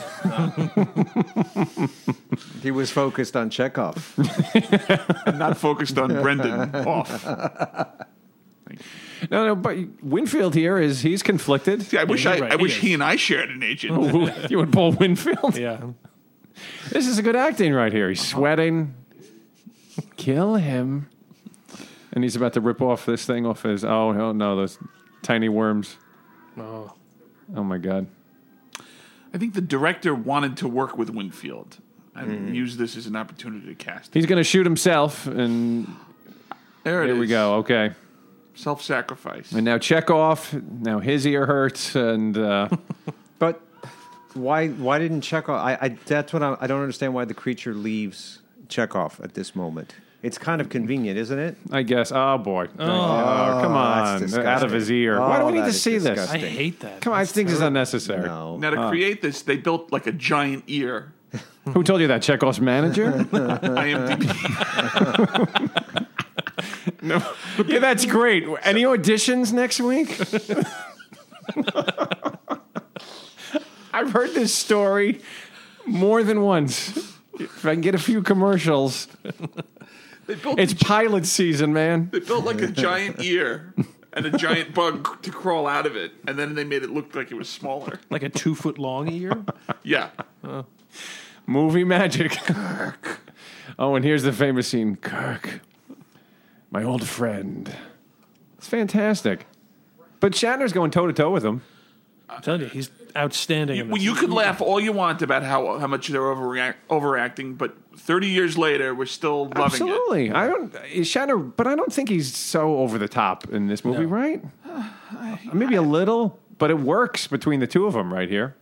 Speaker 3: He was focused on Chekhov.
Speaker 4: I'm not focused on Brendan off.
Speaker 2: no, no. But Winfield here is he's conflicted.
Speaker 4: See, I wish
Speaker 1: you're
Speaker 4: I,
Speaker 1: right,
Speaker 4: I
Speaker 1: he
Speaker 4: wish he
Speaker 1: is.
Speaker 4: and I shared an agent.
Speaker 2: Who- you and Paul Winfield.
Speaker 1: Yeah.
Speaker 2: This is a good acting right here. He's sweating. Kill him. And he's about to rip off this thing off his. Oh, hell no, those tiny worms.
Speaker 1: Oh.
Speaker 2: Oh my god.
Speaker 4: I think the director wanted to work with Winfield and
Speaker 2: Mm.
Speaker 4: used this as an opportunity to cast.
Speaker 2: He's going to shoot himself, and
Speaker 4: There it
Speaker 2: there we
Speaker 4: is.
Speaker 2: go. Okay,
Speaker 4: Self-sacrifice.
Speaker 2: and now check off. Now his ear hurts, and uh,
Speaker 3: But why? Why didn't Chekhov? I, I that's what I, I don't understand. Why the creature leaves Chekhov at this moment? It's kind of convenient, isn't it?
Speaker 2: I guess. Oh boy. Oh, come on,
Speaker 3: disgusting.
Speaker 2: out of his ear.
Speaker 3: Oh,
Speaker 2: Why do we need
Speaker 3: that
Speaker 2: to
Speaker 3: is
Speaker 2: see
Speaker 1: I
Speaker 2: this?
Speaker 3: disgusting.
Speaker 1: hate that.
Speaker 2: Come on, I think this is unnecessary.
Speaker 3: No.
Speaker 4: Now to
Speaker 2: uh,
Speaker 4: create this, they built like a giant ear.
Speaker 2: Who told you that? Chekhov's manager?
Speaker 4: IMDb.
Speaker 2: yeah, that's great. Any auditions next week? I've heard this story more than once. If I can get a few commercials,
Speaker 4: They built
Speaker 2: it's pilot season, man.
Speaker 4: They built like a giant ear and a giant bug to crawl out of it, and then they made it look like it was smaller.
Speaker 1: Like a two foot long ear?
Speaker 4: Yeah,
Speaker 2: Movie magic. Kirk. Oh, and here's the famous scene Kirk, my old friend. It's fantastic. But Shatner's going toe to toe with him.
Speaker 1: I'm telling you, he's outstanding. in
Speaker 4: well,
Speaker 1: this.
Speaker 4: you could laugh all you want about how how much they're overreact, overacting, but thirty years later, we're still loving it.
Speaker 2: Absolutely. I don't is Shatner, but I don't think he's so over the top in this movie,
Speaker 1: No.
Speaker 2: Uh, right? Maybe a little, but it works between the two of them right here.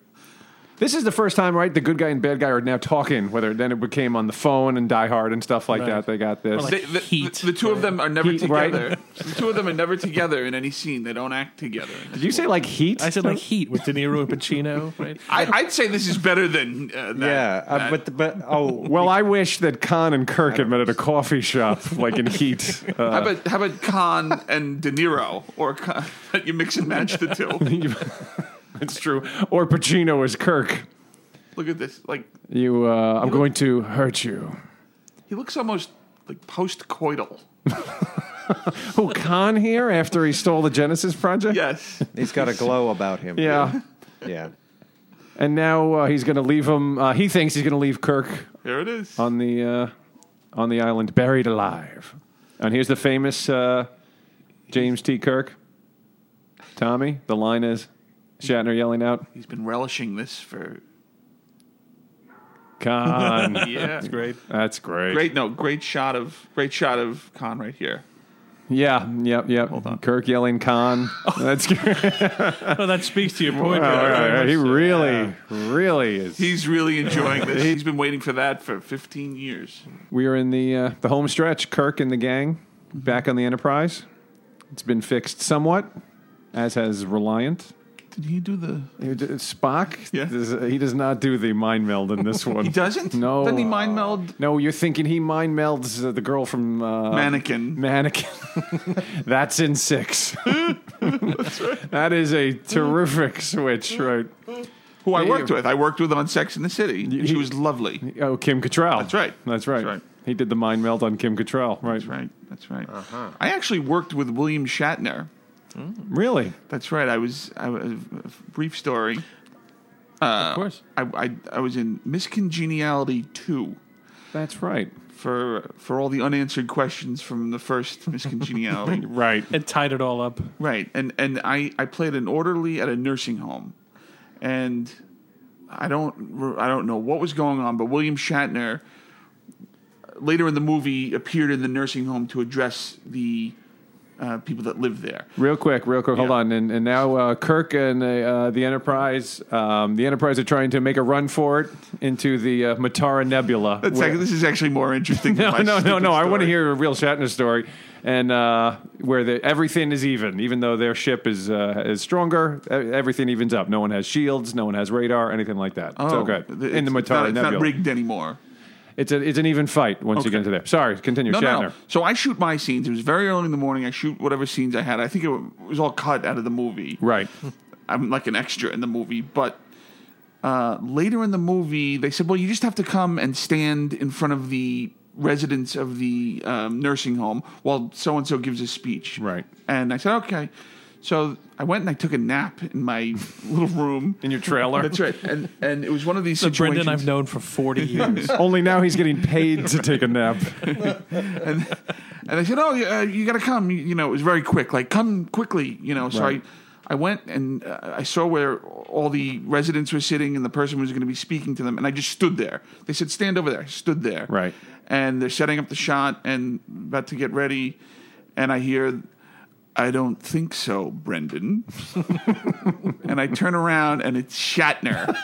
Speaker 2: This is the first time, right? The good guy and bad guy are now talking. Whether then it became on the phone and Die Hard and stuff like
Speaker 1: Right.
Speaker 2: that. They got this.
Speaker 1: Or like-
Speaker 4: They, the,
Speaker 1: Heat.
Speaker 4: the, the two of them are never
Speaker 2: Heat, right?
Speaker 4: together. The two of them are never together in any scene. They don't act together.
Speaker 2: Did you say like heat?
Speaker 1: I said like Heat with De Niro and Pacino. Right?
Speaker 4: I, I'd say this is better than uh, that.
Speaker 3: yeah, uh,
Speaker 4: that-
Speaker 3: but but oh,
Speaker 2: Well, I wish that Khan and Kirk had met at a coffee shop, like in Heat. Uh,
Speaker 4: how about how about Khan and De Niro, or Khan, you mix and match the two?
Speaker 2: it's true. Or Pacino as Kirk.
Speaker 4: Look at this. Like
Speaker 2: You, uh, I'm going to hurt you.
Speaker 4: he looks almost like post-coital.
Speaker 2: Who Khan here after he stole the Genesis project?
Speaker 4: Yes.
Speaker 3: he's got a glow about him.
Speaker 2: Yeah.
Speaker 3: yeah.
Speaker 2: And now uh, he's going to leave him. Uh, he thinks he's going to leave Kirk
Speaker 4: There it is.
Speaker 2: on the uh, on the island, buried alive. And here's the famous uh, James T. Kirk. Tommy, the line is Shatner yelling out,
Speaker 4: He's been relishing this for
Speaker 2: "Khan."
Speaker 4: yeah.
Speaker 1: Great.
Speaker 2: That's great.
Speaker 4: Great no, great shot of great shot of Khan right here.
Speaker 2: Yeah, yep, yep. Hold on. Kirk yelling Khan. That's great.
Speaker 1: Oh, that speaks to your point.
Speaker 2: All
Speaker 1: Very
Speaker 2: right,
Speaker 1: much
Speaker 2: He
Speaker 1: so.
Speaker 2: really, really is.
Speaker 4: He's really enjoying this. He's been waiting for that for 15 years.
Speaker 2: We are in the uh, the home stretch. Kirk and the gang back on the Enterprise. It's been fixed somewhat, as has Reliant.
Speaker 4: Did he do the?
Speaker 2: He d- Spock,
Speaker 4: Yeah.
Speaker 2: does- uh, he does not do the mind meld in this one.
Speaker 4: He doesn't.
Speaker 2: No.
Speaker 4: Doesn't he mind meld?
Speaker 2: No, you're thinking he mind melds uh, the girl from uh,
Speaker 4: Um, Mannequin.
Speaker 2: Mannequin. That's in six. That is a terrific switch,
Speaker 4: Mm.
Speaker 2: right?
Speaker 4: who I
Speaker 2: Yeah,
Speaker 4: worked
Speaker 2: yeah.
Speaker 4: with. I worked with him on Sex in the City. she was lovely.
Speaker 2: Oh, Kim Cattrall.
Speaker 4: That's right.
Speaker 2: That's right.
Speaker 4: That's right.
Speaker 2: He did the mind meld on Kim Cattrall. Right.
Speaker 4: That's right. That's right. Uh-huh. I actually worked with William Shatner.
Speaker 2: Really?
Speaker 4: That's right. I was. I was uh, brief story.
Speaker 1: Of course.
Speaker 4: I, I I was in Miscongeniality two
Speaker 2: That's right.
Speaker 4: for for all the unanswered questions from the first Miscongeniality.
Speaker 2: Right.
Speaker 1: It tied it all up.
Speaker 4: Right, and and I I played an orderly at a nursing home, and I don't re- I don't know what was going on, but William Shatner later in the movie appeared in the nursing home to address the uh, people that live there.
Speaker 2: Real quick, real quick. Hold
Speaker 4: Yeah.
Speaker 2: on. And, and now uh, Kirk and uh, uh, the Enterprise, um, the Enterprise are trying to make a run for it into the uh, Matara Nebula.
Speaker 4: That's
Speaker 2: where-
Speaker 4: like, this is actually more interesting.
Speaker 2: no,
Speaker 4: than my
Speaker 2: no, no,
Speaker 4: stupid
Speaker 2: no. I want to
Speaker 4: story.
Speaker 2: hear a real Shatner story, and uh, where the, everything is even, even though their ship is uh, is stronger. e- Everything evens up. No one has shields. No one has radar. Anything like that. so good
Speaker 4: Oh, th-
Speaker 2: in the
Speaker 4: it's- it's
Speaker 2: Matara
Speaker 4: not- It's
Speaker 2: Nebula.
Speaker 4: not rigged anymore.
Speaker 2: It's a it's an even fight once you
Speaker 4: Okay.
Speaker 2: get into there. Sorry, continue,
Speaker 4: No,
Speaker 2: Shatner.
Speaker 4: no, no. So I shoot my scenes. It was very early in the morning. I shoot whatever scenes I had. I think it wa- it was all cut out of the movie.
Speaker 2: Right.
Speaker 4: I'm like an extra in the movie, but uh, later in the movie, they said, "Well, you just have to come and stand in front of the residents of the um, nursing home while so and so gives a speech."
Speaker 2: Right.
Speaker 4: And I said, "Okay." So I went and I took a nap in my little room.
Speaker 2: In your trailer.
Speaker 4: That's right. And and it was one of these
Speaker 1: So
Speaker 4: situations.
Speaker 1: Brendan, I've known for 40 years.
Speaker 2: Only now he's getting paid to take a nap.
Speaker 4: and, and they said, "Oh, you, uh, you got to come." You, you know, it was very quick. Like, come quickly. You know, so
Speaker 2: Right.
Speaker 4: I, I went and uh, I saw where all the residents were sitting, and the person was going to be speaking to them, and I just stood there. They said, "Stand over there." I stood there.
Speaker 2: Right.
Speaker 4: And they're setting up the shot and about to get ready, and I hear. I don't think so, Brendan. and I turn around and it's Shatner,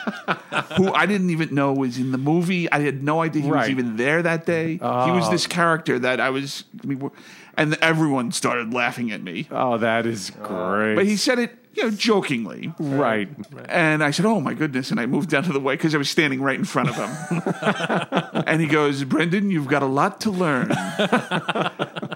Speaker 4: who I didn't even know was in the movie. I had no idea he was
Speaker 2: Right.
Speaker 4: even there that day. He was
Speaker 2: Oh.
Speaker 4: this character that I was, I mean, and everyone started laughing at me.
Speaker 2: Oh, that is great.
Speaker 4: But he said it, you know, jokingly.
Speaker 2: right.
Speaker 4: And I said, "Oh my goodness!" And I moved down to the way because I was standing right in front of him. and he goes, "Brendan, you've got a lot to learn."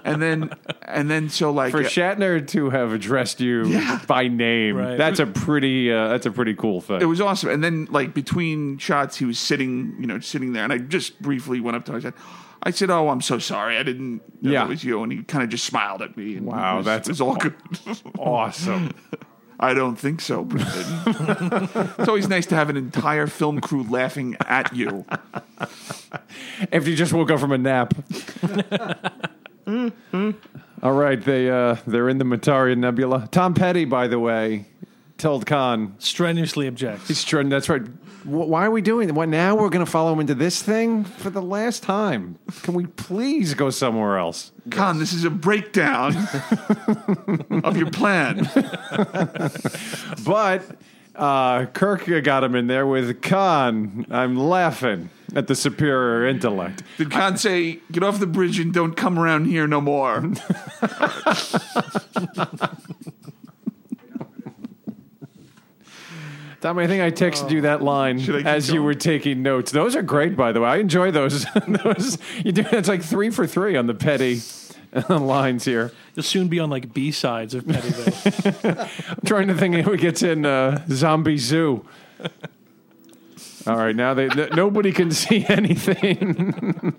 Speaker 4: and then, and then, so like
Speaker 2: For Shatner to have addressed you by name,
Speaker 1: Right.
Speaker 2: that's a pretty uh, that's a pretty cool thing.
Speaker 4: it was awesome. And then like between shots, he was sitting, you know, sitting there, and I just briefly went up to him. I said, "I said, oh, I'm so sorry. I didn't know
Speaker 2: Yeah.
Speaker 4: it was you." And he kind of just smiled at me. And
Speaker 2: Wow,
Speaker 4: it was,
Speaker 2: that's
Speaker 4: it was all
Speaker 2: aw-
Speaker 4: good.
Speaker 2: awesome.
Speaker 4: I don't think so, Brendan. it's always nice to have an entire film crew laughing at you.
Speaker 2: After you just woke up from a nap. Mm-hmm. All right, they uh, they're in the Mataria Nebula. Tom Petty, by the way, told Khan,
Speaker 1: Strenuously objects.
Speaker 2: he's trying- that's right. "Wh- Why are we doing that? Why now we're going to follow him into this thing for the last time? Can we please go somewhere else?
Speaker 4: Con, this is a breakdown of your plan.
Speaker 2: But Uh, Kirk got him in there with Khan. I'm laughing at the superior intellect.
Speaker 4: Did Khan say, "Get off the bridge and don't come around here no more"?
Speaker 2: Tom, I think I texted you that line
Speaker 4: Should I keep
Speaker 2: as you
Speaker 4: going?
Speaker 2: were taking notes. Those are great, by the way. I enjoy those. those you do. It's like three for three on the petty lines here.
Speaker 1: You'll soon be on like B sides of Pettyville.
Speaker 2: trying to think who gets in uh, Zombie Zoo. All right, now they n- nobody can see anything.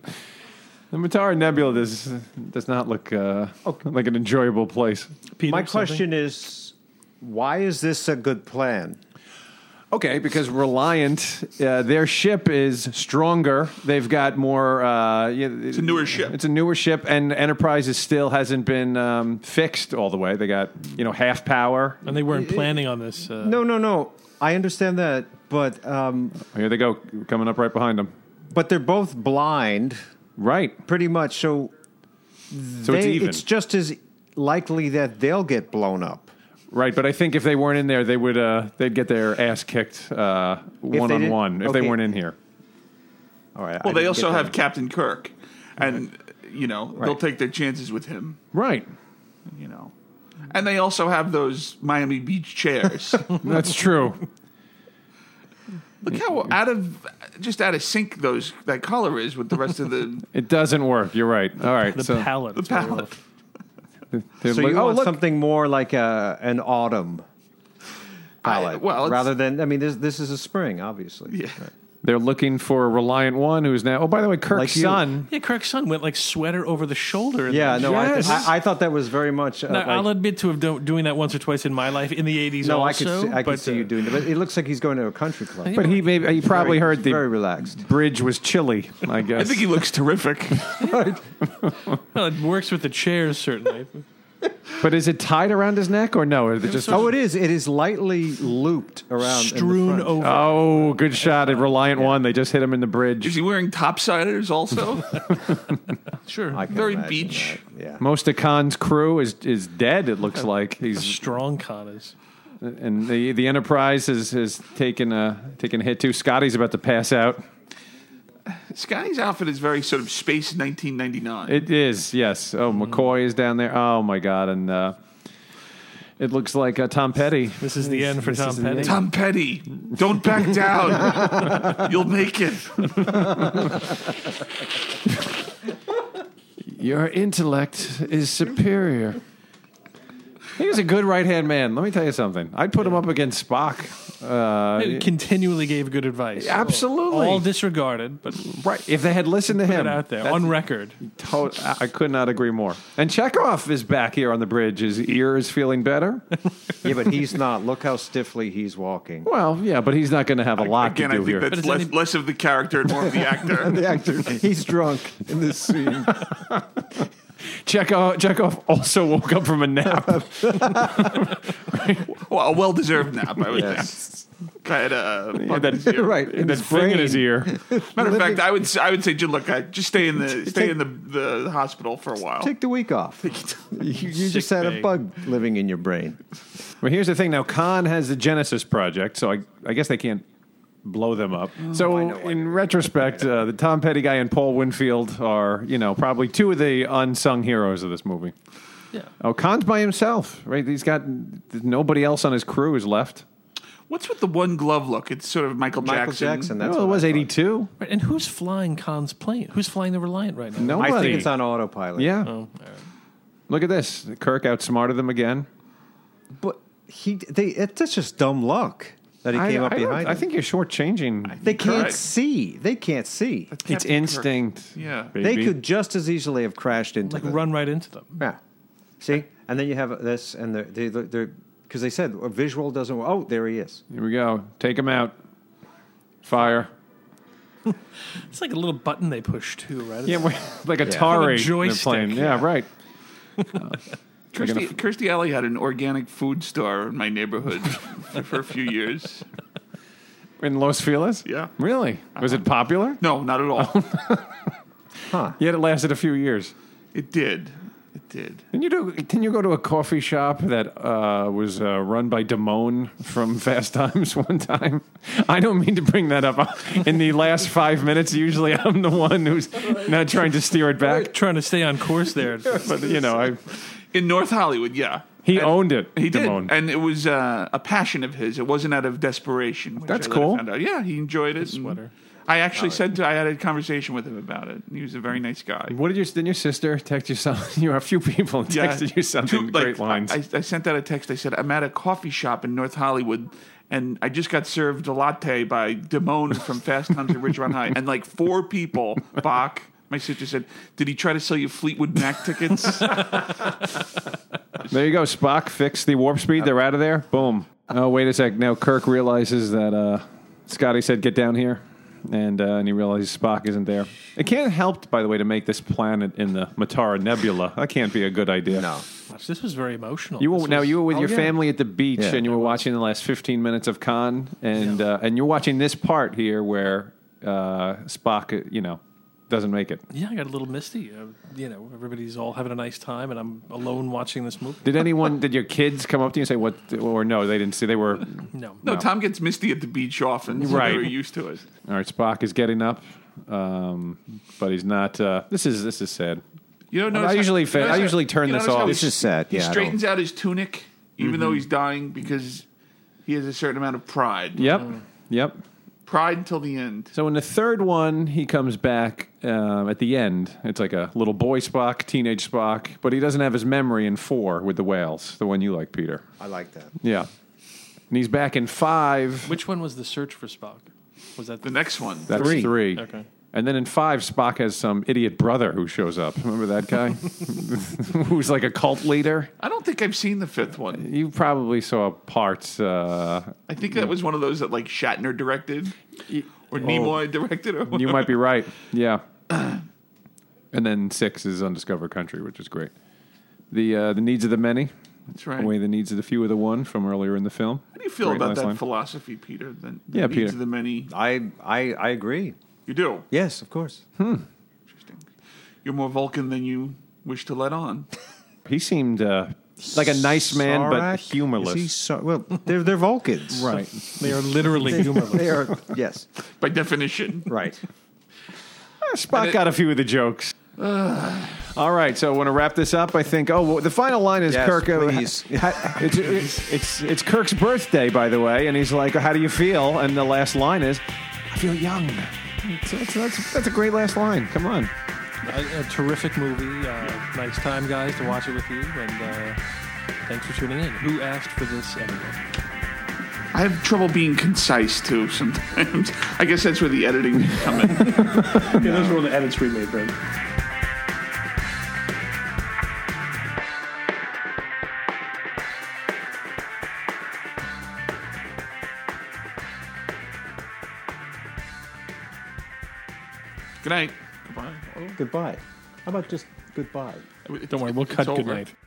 Speaker 2: the Matara Nebula does does not look uh, like an enjoyable place.
Speaker 1: Peter,
Speaker 3: My
Speaker 1: something?
Speaker 3: question is, why is this a good plan?
Speaker 2: Okay, because Reliant, uh, their ship is stronger. They've got more. Uh, yeah, it's
Speaker 4: a newer ship.
Speaker 2: It's a newer ship, and Enterprise is still hasn't been um, fixed all the way. They got you know half power.
Speaker 1: And they weren't planning on this. Uh,
Speaker 3: No, no, no. I understand that, but um,
Speaker 2: Here they go, coming up right behind them.
Speaker 3: but they're both blind,
Speaker 2: Right,
Speaker 3: pretty much. So
Speaker 2: so it's
Speaker 3: they-
Speaker 2: even.
Speaker 3: just as likely that they'll get blown up.
Speaker 2: Right, but I think if they weren't in there, they would uh, they'd get their ass kicked uh, one on
Speaker 3: didn't-
Speaker 2: one if they
Speaker 3: okay.
Speaker 2: weren't in here.
Speaker 3: All right. I
Speaker 4: Well, they
Speaker 3: didn't
Speaker 4: also
Speaker 3: get that.
Speaker 4: have Captain Kirk, and you know they'll take their chances with him.
Speaker 2: Right,
Speaker 4: You know, and they also have those Miami Beach chairs.
Speaker 2: that's true.
Speaker 4: Look how out of just out of sync those that color is with the rest of the.
Speaker 2: It doesn't work. You're right. All right,
Speaker 1: the
Speaker 2: so
Speaker 1: palette.
Speaker 4: The
Speaker 1: is very
Speaker 4: palette.
Speaker 1: rough.
Speaker 2: they're
Speaker 3: So
Speaker 2: like,
Speaker 3: you
Speaker 2: oh
Speaker 3: want
Speaker 2: look,
Speaker 3: something more like a, an autumn palette,
Speaker 4: well, it's-
Speaker 3: rather than I mean, this this is a spring, obviously.
Speaker 4: Yeah.
Speaker 2: they're looking for Reliant One, who's now. Oh, by the way, Kirk's
Speaker 3: Like you.
Speaker 2: son.
Speaker 1: Yeah, Kirk's son went like sweater over the shoulder. in
Speaker 3: Yeah,
Speaker 1: the-
Speaker 3: no,
Speaker 2: Yes.
Speaker 3: I, th- I, I thought that was very much. Uh,
Speaker 1: Now,
Speaker 3: like-
Speaker 1: I'll admit to have do- doing that once or twice in my life in the 80s
Speaker 3: no, I
Speaker 1: also.
Speaker 3: could see, I could
Speaker 1: but,
Speaker 3: see
Speaker 1: uh,
Speaker 3: you doing it, but it looks like he's going to a country club.
Speaker 2: But he maybe he probably heard the
Speaker 3: very relaxed.
Speaker 2: bridge was chilly. I guess.
Speaker 4: I think he looks terrific.
Speaker 1: Well, it works with the chairs, certainly.
Speaker 2: but is it tied around his neck or no? Is it just?
Speaker 3: Oh, it is. It is lightly looped around, in the
Speaker 1: Strewn
Speaker 3: front.
Speaker 1: over.
Speaker 2: Oh, good shot at Reliant One. They just hit him in the bridge.
Speaker 4: Is he wearing topsiders also?
Speaker 1: sure.
Speaker 3: Oh. I can
Speaker 4: Very
Speaker 3: imagine
Speaker 4: beach.
Speaker 3: that, Yeah.
Speaker 2: Most of Khan's crew is is dead. It looks like he's
Speaker 1: Strong con is.
Speaker 2: and the the Enterprise has has taken a taken a hit too. Scotty's about to pass out.
Speaker 4: Scotty's outfit is very sort of space 1999.
Speaker 2: It is yes. Oh, McCoy is down there. Oh my God! And uh, it looks like uh, Tom Petty.
Speaker 1: This is the end for Tom
Speaker 2: is the
Speaker 1: Petty.
Speaker 4: Tom Petty, don't back down. You'll make it.
Speaker 2: Your intellect is superior. He was a good right hand man. Let me tell you something. I'd put him up against Spock. uh,
Speaker 1: He continually gave good advice.
Speaker 2: Absolutely.
Speaker 1: All disregarded, but put
Speaker 2: Right. If they had listened to him
Speaker 1: it out there
Speaker 2: That's
Speaker 1: on record.
Speaker 2: to- I I could not agree more. And Chekhov is back here on the bridge. His ear is feeling better.
Speaker 3: yeah, but he's not. Look how stiffly he's walking.
Speaker 2: Well, yeah, but he's not going to have a lot
Speaker 4: Again,
Speaker 2: to
Speaker 4: I
Speaker 2: do
Speaker 4: think
Speaker 2: here.
Speaker 4: that's
Speaker 1: does
Speaker 4: less,
Speaker 1: any-
Speaker 4: less of the character and more of the actor.
Speaker 3: The actor, he's drunk in this scene.
Speaker 2: Chekhov, Chekhov also woke up from a nap.
Speaker 4: well, a well deserved nap, I would
Speaker 3: Yes.
Speaker 4: think. Kind of. Uh,
Speaker 2: that-
Speaker 3: right. In
Speaker 2: that
Speaker 3: his
Speaker 2: thing in his
Speaker 3: brain.
Speaker 2: ear.
Speaker 4: Matter of fact, I would s- I would say, "Jim, look, I- just stay in the stay in the, the hospital for a while.
Speaker 3: Take the week off. You, you just
Speaker 1: Sick
Speaker 3: had a
Speaker 1: bay.
Speaker 3: bug living in your brain.
Speaker 2: Well, here's the thing. Now, Khan has the Genesis project, so I, I guess they can't blow them up.
Speaker 3: Mm. Oh,
Speaker 2: so, in retrospect, uh, the Tom Petty guy and Paul Winfield are, you know, probably two of the unsung heroes of this movie.
Speaker 1: Yeah.
Speaker 2: Oh, Khan's by himself, right? He's got nobody else on his crew is left.
Speaker 4: What's with the one glove look? It's sort of Michael Jackson.
Speaker 3: Michael Jackson. That's
Speaker 2: Oh, it
Speaker 3: what
Speaker 2: was
Speaker 3: I thought.
Speaker 2: 82.
Speaker 1: Right, And who's flying Khan's plane? Who's flying the Reliant right now?
Speaker 2: Nobody.
Speaker 3: I think it's on autopilot.
Speaker 2: Yeah.
Speaker 1: Oh, all right.
Speaker 2: Look at this. Kirk outsmarted them again.
Speaker 3: but he they it, that's just dumb luck that he
Speaker 2: I-
Speaker 3: came up
Speaker 2: I don't-
Speaker 3: behind.
Speaker 2: I
Speaker 3: him.
Speaker 2: think you're shortchanging.
Speaker 3: they can't
Speaker 4: Correct.
Speaker 3: see. They can't see.
Speaker 2: It's
Speaker 4: Captain Kirk.
Speaker 2: instinct.
Speaker 4: Yeah.
Speaker 2: baby.
Speaker 3: They could just as easily have crashed into
Speaker 1: Like
Speaker 3: the-
Speaker 1: run right into them.
Speaker 3: Yeah. See, and then you have this, and they're they, they're because they said a visual doesn't. work. Oh, there he is.
Speaker 2: Here we go. Take him out. Fire.
Speaker 1: It's like a little button they push too, right? It's
Speaker 2: Yeah, we're- like
Speaker 1: Like a
Speaker 2: Atari. they're
Speaker 1: joystick.
Speaker 2: playing. Yeah, right.
Speaker 4: Kirstie, Kirstie Alley had an organic food store in my neighborhood for, for a few years.
Speaker 2: In Los Feliz?
Speaker 4: Yeah.
Speaker 2: Really? Was it popular? Oh.
Speaker 4: No, not at all.
Speaker 2: Yet it lasted a few years.
Speaker 4: it did. It did.
Speaker 2: Didn't you do? Didn't you go to a coffee shop that uh, was uh, run by Damone from Fast Times one time? I don't mean to bring that up. In the last five minutes, usually I'm the one who's not trying to steer it back.
Speaker 1: Trying to stay on course there.
Speaker 2: But you know, I,
Speaker 4: In North Hollywood, yeah.
Speaker 2: he
Speaker 4: And-
Speaker 2: owned it.
Speaker 4: He did,
Speaker 2: Damone.
Speaker 4: and it was uh, a passion of his. It wasn't out of desperation. which
Speaker 2: That's
Speaker 4: I later
Speaker 2: cool.
Speaker 4: Found out. Yeah, he enjoyed it. and
Speaker 1: sweater.
Speaker 4: I actually said to, I had a conversation with him about it. He was a very nice guy.
Speaker 2: What did your didn't your sister text you something? You a few people texted you something.
Speaker 4: Two- like,
Speaker 2: great lines.
Speaker 4: I, I sent out a text. I said, I'm at a coffee shop in North Hollywood, and I just got served a latte by Damone from Fast Times at Ridgemont High. And like four people, Bach, my sister said, Did he try to sell you Fleetwood Mac tickets?
Speaker 2: There you go, Spock. Fix the warp speed. They're out of there. Boom. Oh, wait a sec. Now Kirk realizes that uh, Scotty said, "Get down here," and uh, and he realizes Spock isn't there. It can't help, by the way, to make this planet in the Matara Nebula. That can't be a good idea.
Speaker 3: No.
Speaker 1: This was very emotional.
Speaker 2: You
Speaker 1: This
Speaker 2: were, now
Speaker 1: was-
Speaker 2: you were with
Speaker 3: Oh,
Speaker 2: your
Speaker 3: yeah.
Speaker 2: family at the beach,
Speaker 3: Yeah.
Speaker 2: and you were watching the last fifteen minutes of Khan, and uh, and you're watching this part here where uh, Spock, uh, you know, doesn't make it.
Speaker 1: Yeah, I got a little misty. Uh, you know, everybody's all having a nice time, and I'm alone watching this movie.
Speaker 2: Did anyone? did your kids come up to you and say what? Or no, they didn't see. They were
Speaker 1: No,
Speaker 4: no, Tom gets misty at the beach often. So
Speaker 2: Right.
Speaker 4: They were used to it.
Speaker 2: All right, Spock is getting up, um, but he's not. Uh, this is this is sad.
Speaker 4: You don't notice
Speaker 2: I
Speaker 4: how-
Speaker 2: usually
Speaker 4: you
Speaker 2: fa- I
Speaker 4: notice how-
Speaker 2: usually turn
Speaker 4: you
Speaker 2: this
Speaker 4: notice how
Speaker 2: off.
Speaker 4: he-
Speaker 2: This
Speaker 3: is sad.
Speaker 4: He
Speaker 3: Yeah, I don't-
Speaker 4: straightens out his tunic, even though he's dying, because he has a certain amount of pride.
Speaker 2: Yep,
Speaker 1: Mm-hmm.
Speaker 2: yep.
Speaker 4: Pride until the end.
Speaker 2: So in the third one, he comes back um, at the end. It's like a little boy Spock, teenage Spock, but he doesn't have his memory in four with the whales, the one you like, Peter.
Speaker 3: I like that.
Speaker 2: Yeah, and he's back in five.
Speaker 1: which one was the search for Spock? Was that
Speaker 4: The
Speaker 1: the
Speaker 4: next one.
Speaker 2: That's three.
Speaker 3: Three.
Speaker 1: Okay.
Speaker 2: And then in five, Spock has some idiot brother who shows up. Remember that guy, who's like a cult leader.
Speaker 4: I don't think I've seen the fifth one.
Speaker 2: You probably saw parts. Uh,
Speaker 4: I think that was one of those that like Shatner directed or Nimoy directed. Oh, Or
Speaker 2: You might be right. Yeah. and then six is undiscovered country, which is great. The uh, the needs of the many
Speaker 4: That's right.
Speaker 2: away the needs of the few of the one from earlier in the film.
Speaker 4: How do you feel
Speaker 2: Great
Speaker 4: about
Speaker 2: last
Speaker 4: that
Speaker 2: line.
Speaker 4: philosophy, Peter? The, the
Speaker 2: Yeah,
Speaker 4: needs
Speaker 2: Peter.
Speaker 4: of the many.
Speaker 3: I I I agree.
Speaker 4: You do.
Speaker 3: Yes, of course.
Speaker 4: Interesting. You're more Vulcan than you wish to let on.
Speaker 2: He seemed uh, like a nice man, but
Speaker 3: Sarlacc? Is he
Speaker 2: humorless.
Speaker 3: Sar- well, they're they're Vulcans,
Speaker 2: Right.
Speaker 1: They are literally humorless.
Speaker 3: They are yes,
Speaker 4: By definition.
Speaker 3: right.
Speaker 2: Ah, Spock got a few of the jokes. All right, so I want to wrap this up. I think. Oh, well, the final line is
Speaker 3: Yes,
Speaker 2: Kirk. uh,
Speaker 3: please.
Speaker 2: ha- it's, it's, it's it's Kirk's birthday, by the way, and he's like, "How do you feel?" And the last line is, "I feel young." So that's, that's, that's a great last line. Come on.
Speaker 1: a, a terrific movie. Uh, nice time, guys, to watch it with you. And uh, thanks for tuning in. Who asked for this anyway?
Speaker 4: I have trouble being concise too sometimes. I guess that's where the editing comes in.
Speaker 5: Yeah, those were all the edits we made then.
Speaker 4: Good night. Goodbye.
Speaker 5: Goodbye. How about just goodbye?
Speaker 1: Don't worry, we'll
Speaker 4: It's
Speaker 1: cut. Good
Speaker 4: over.
Speaker 1: night.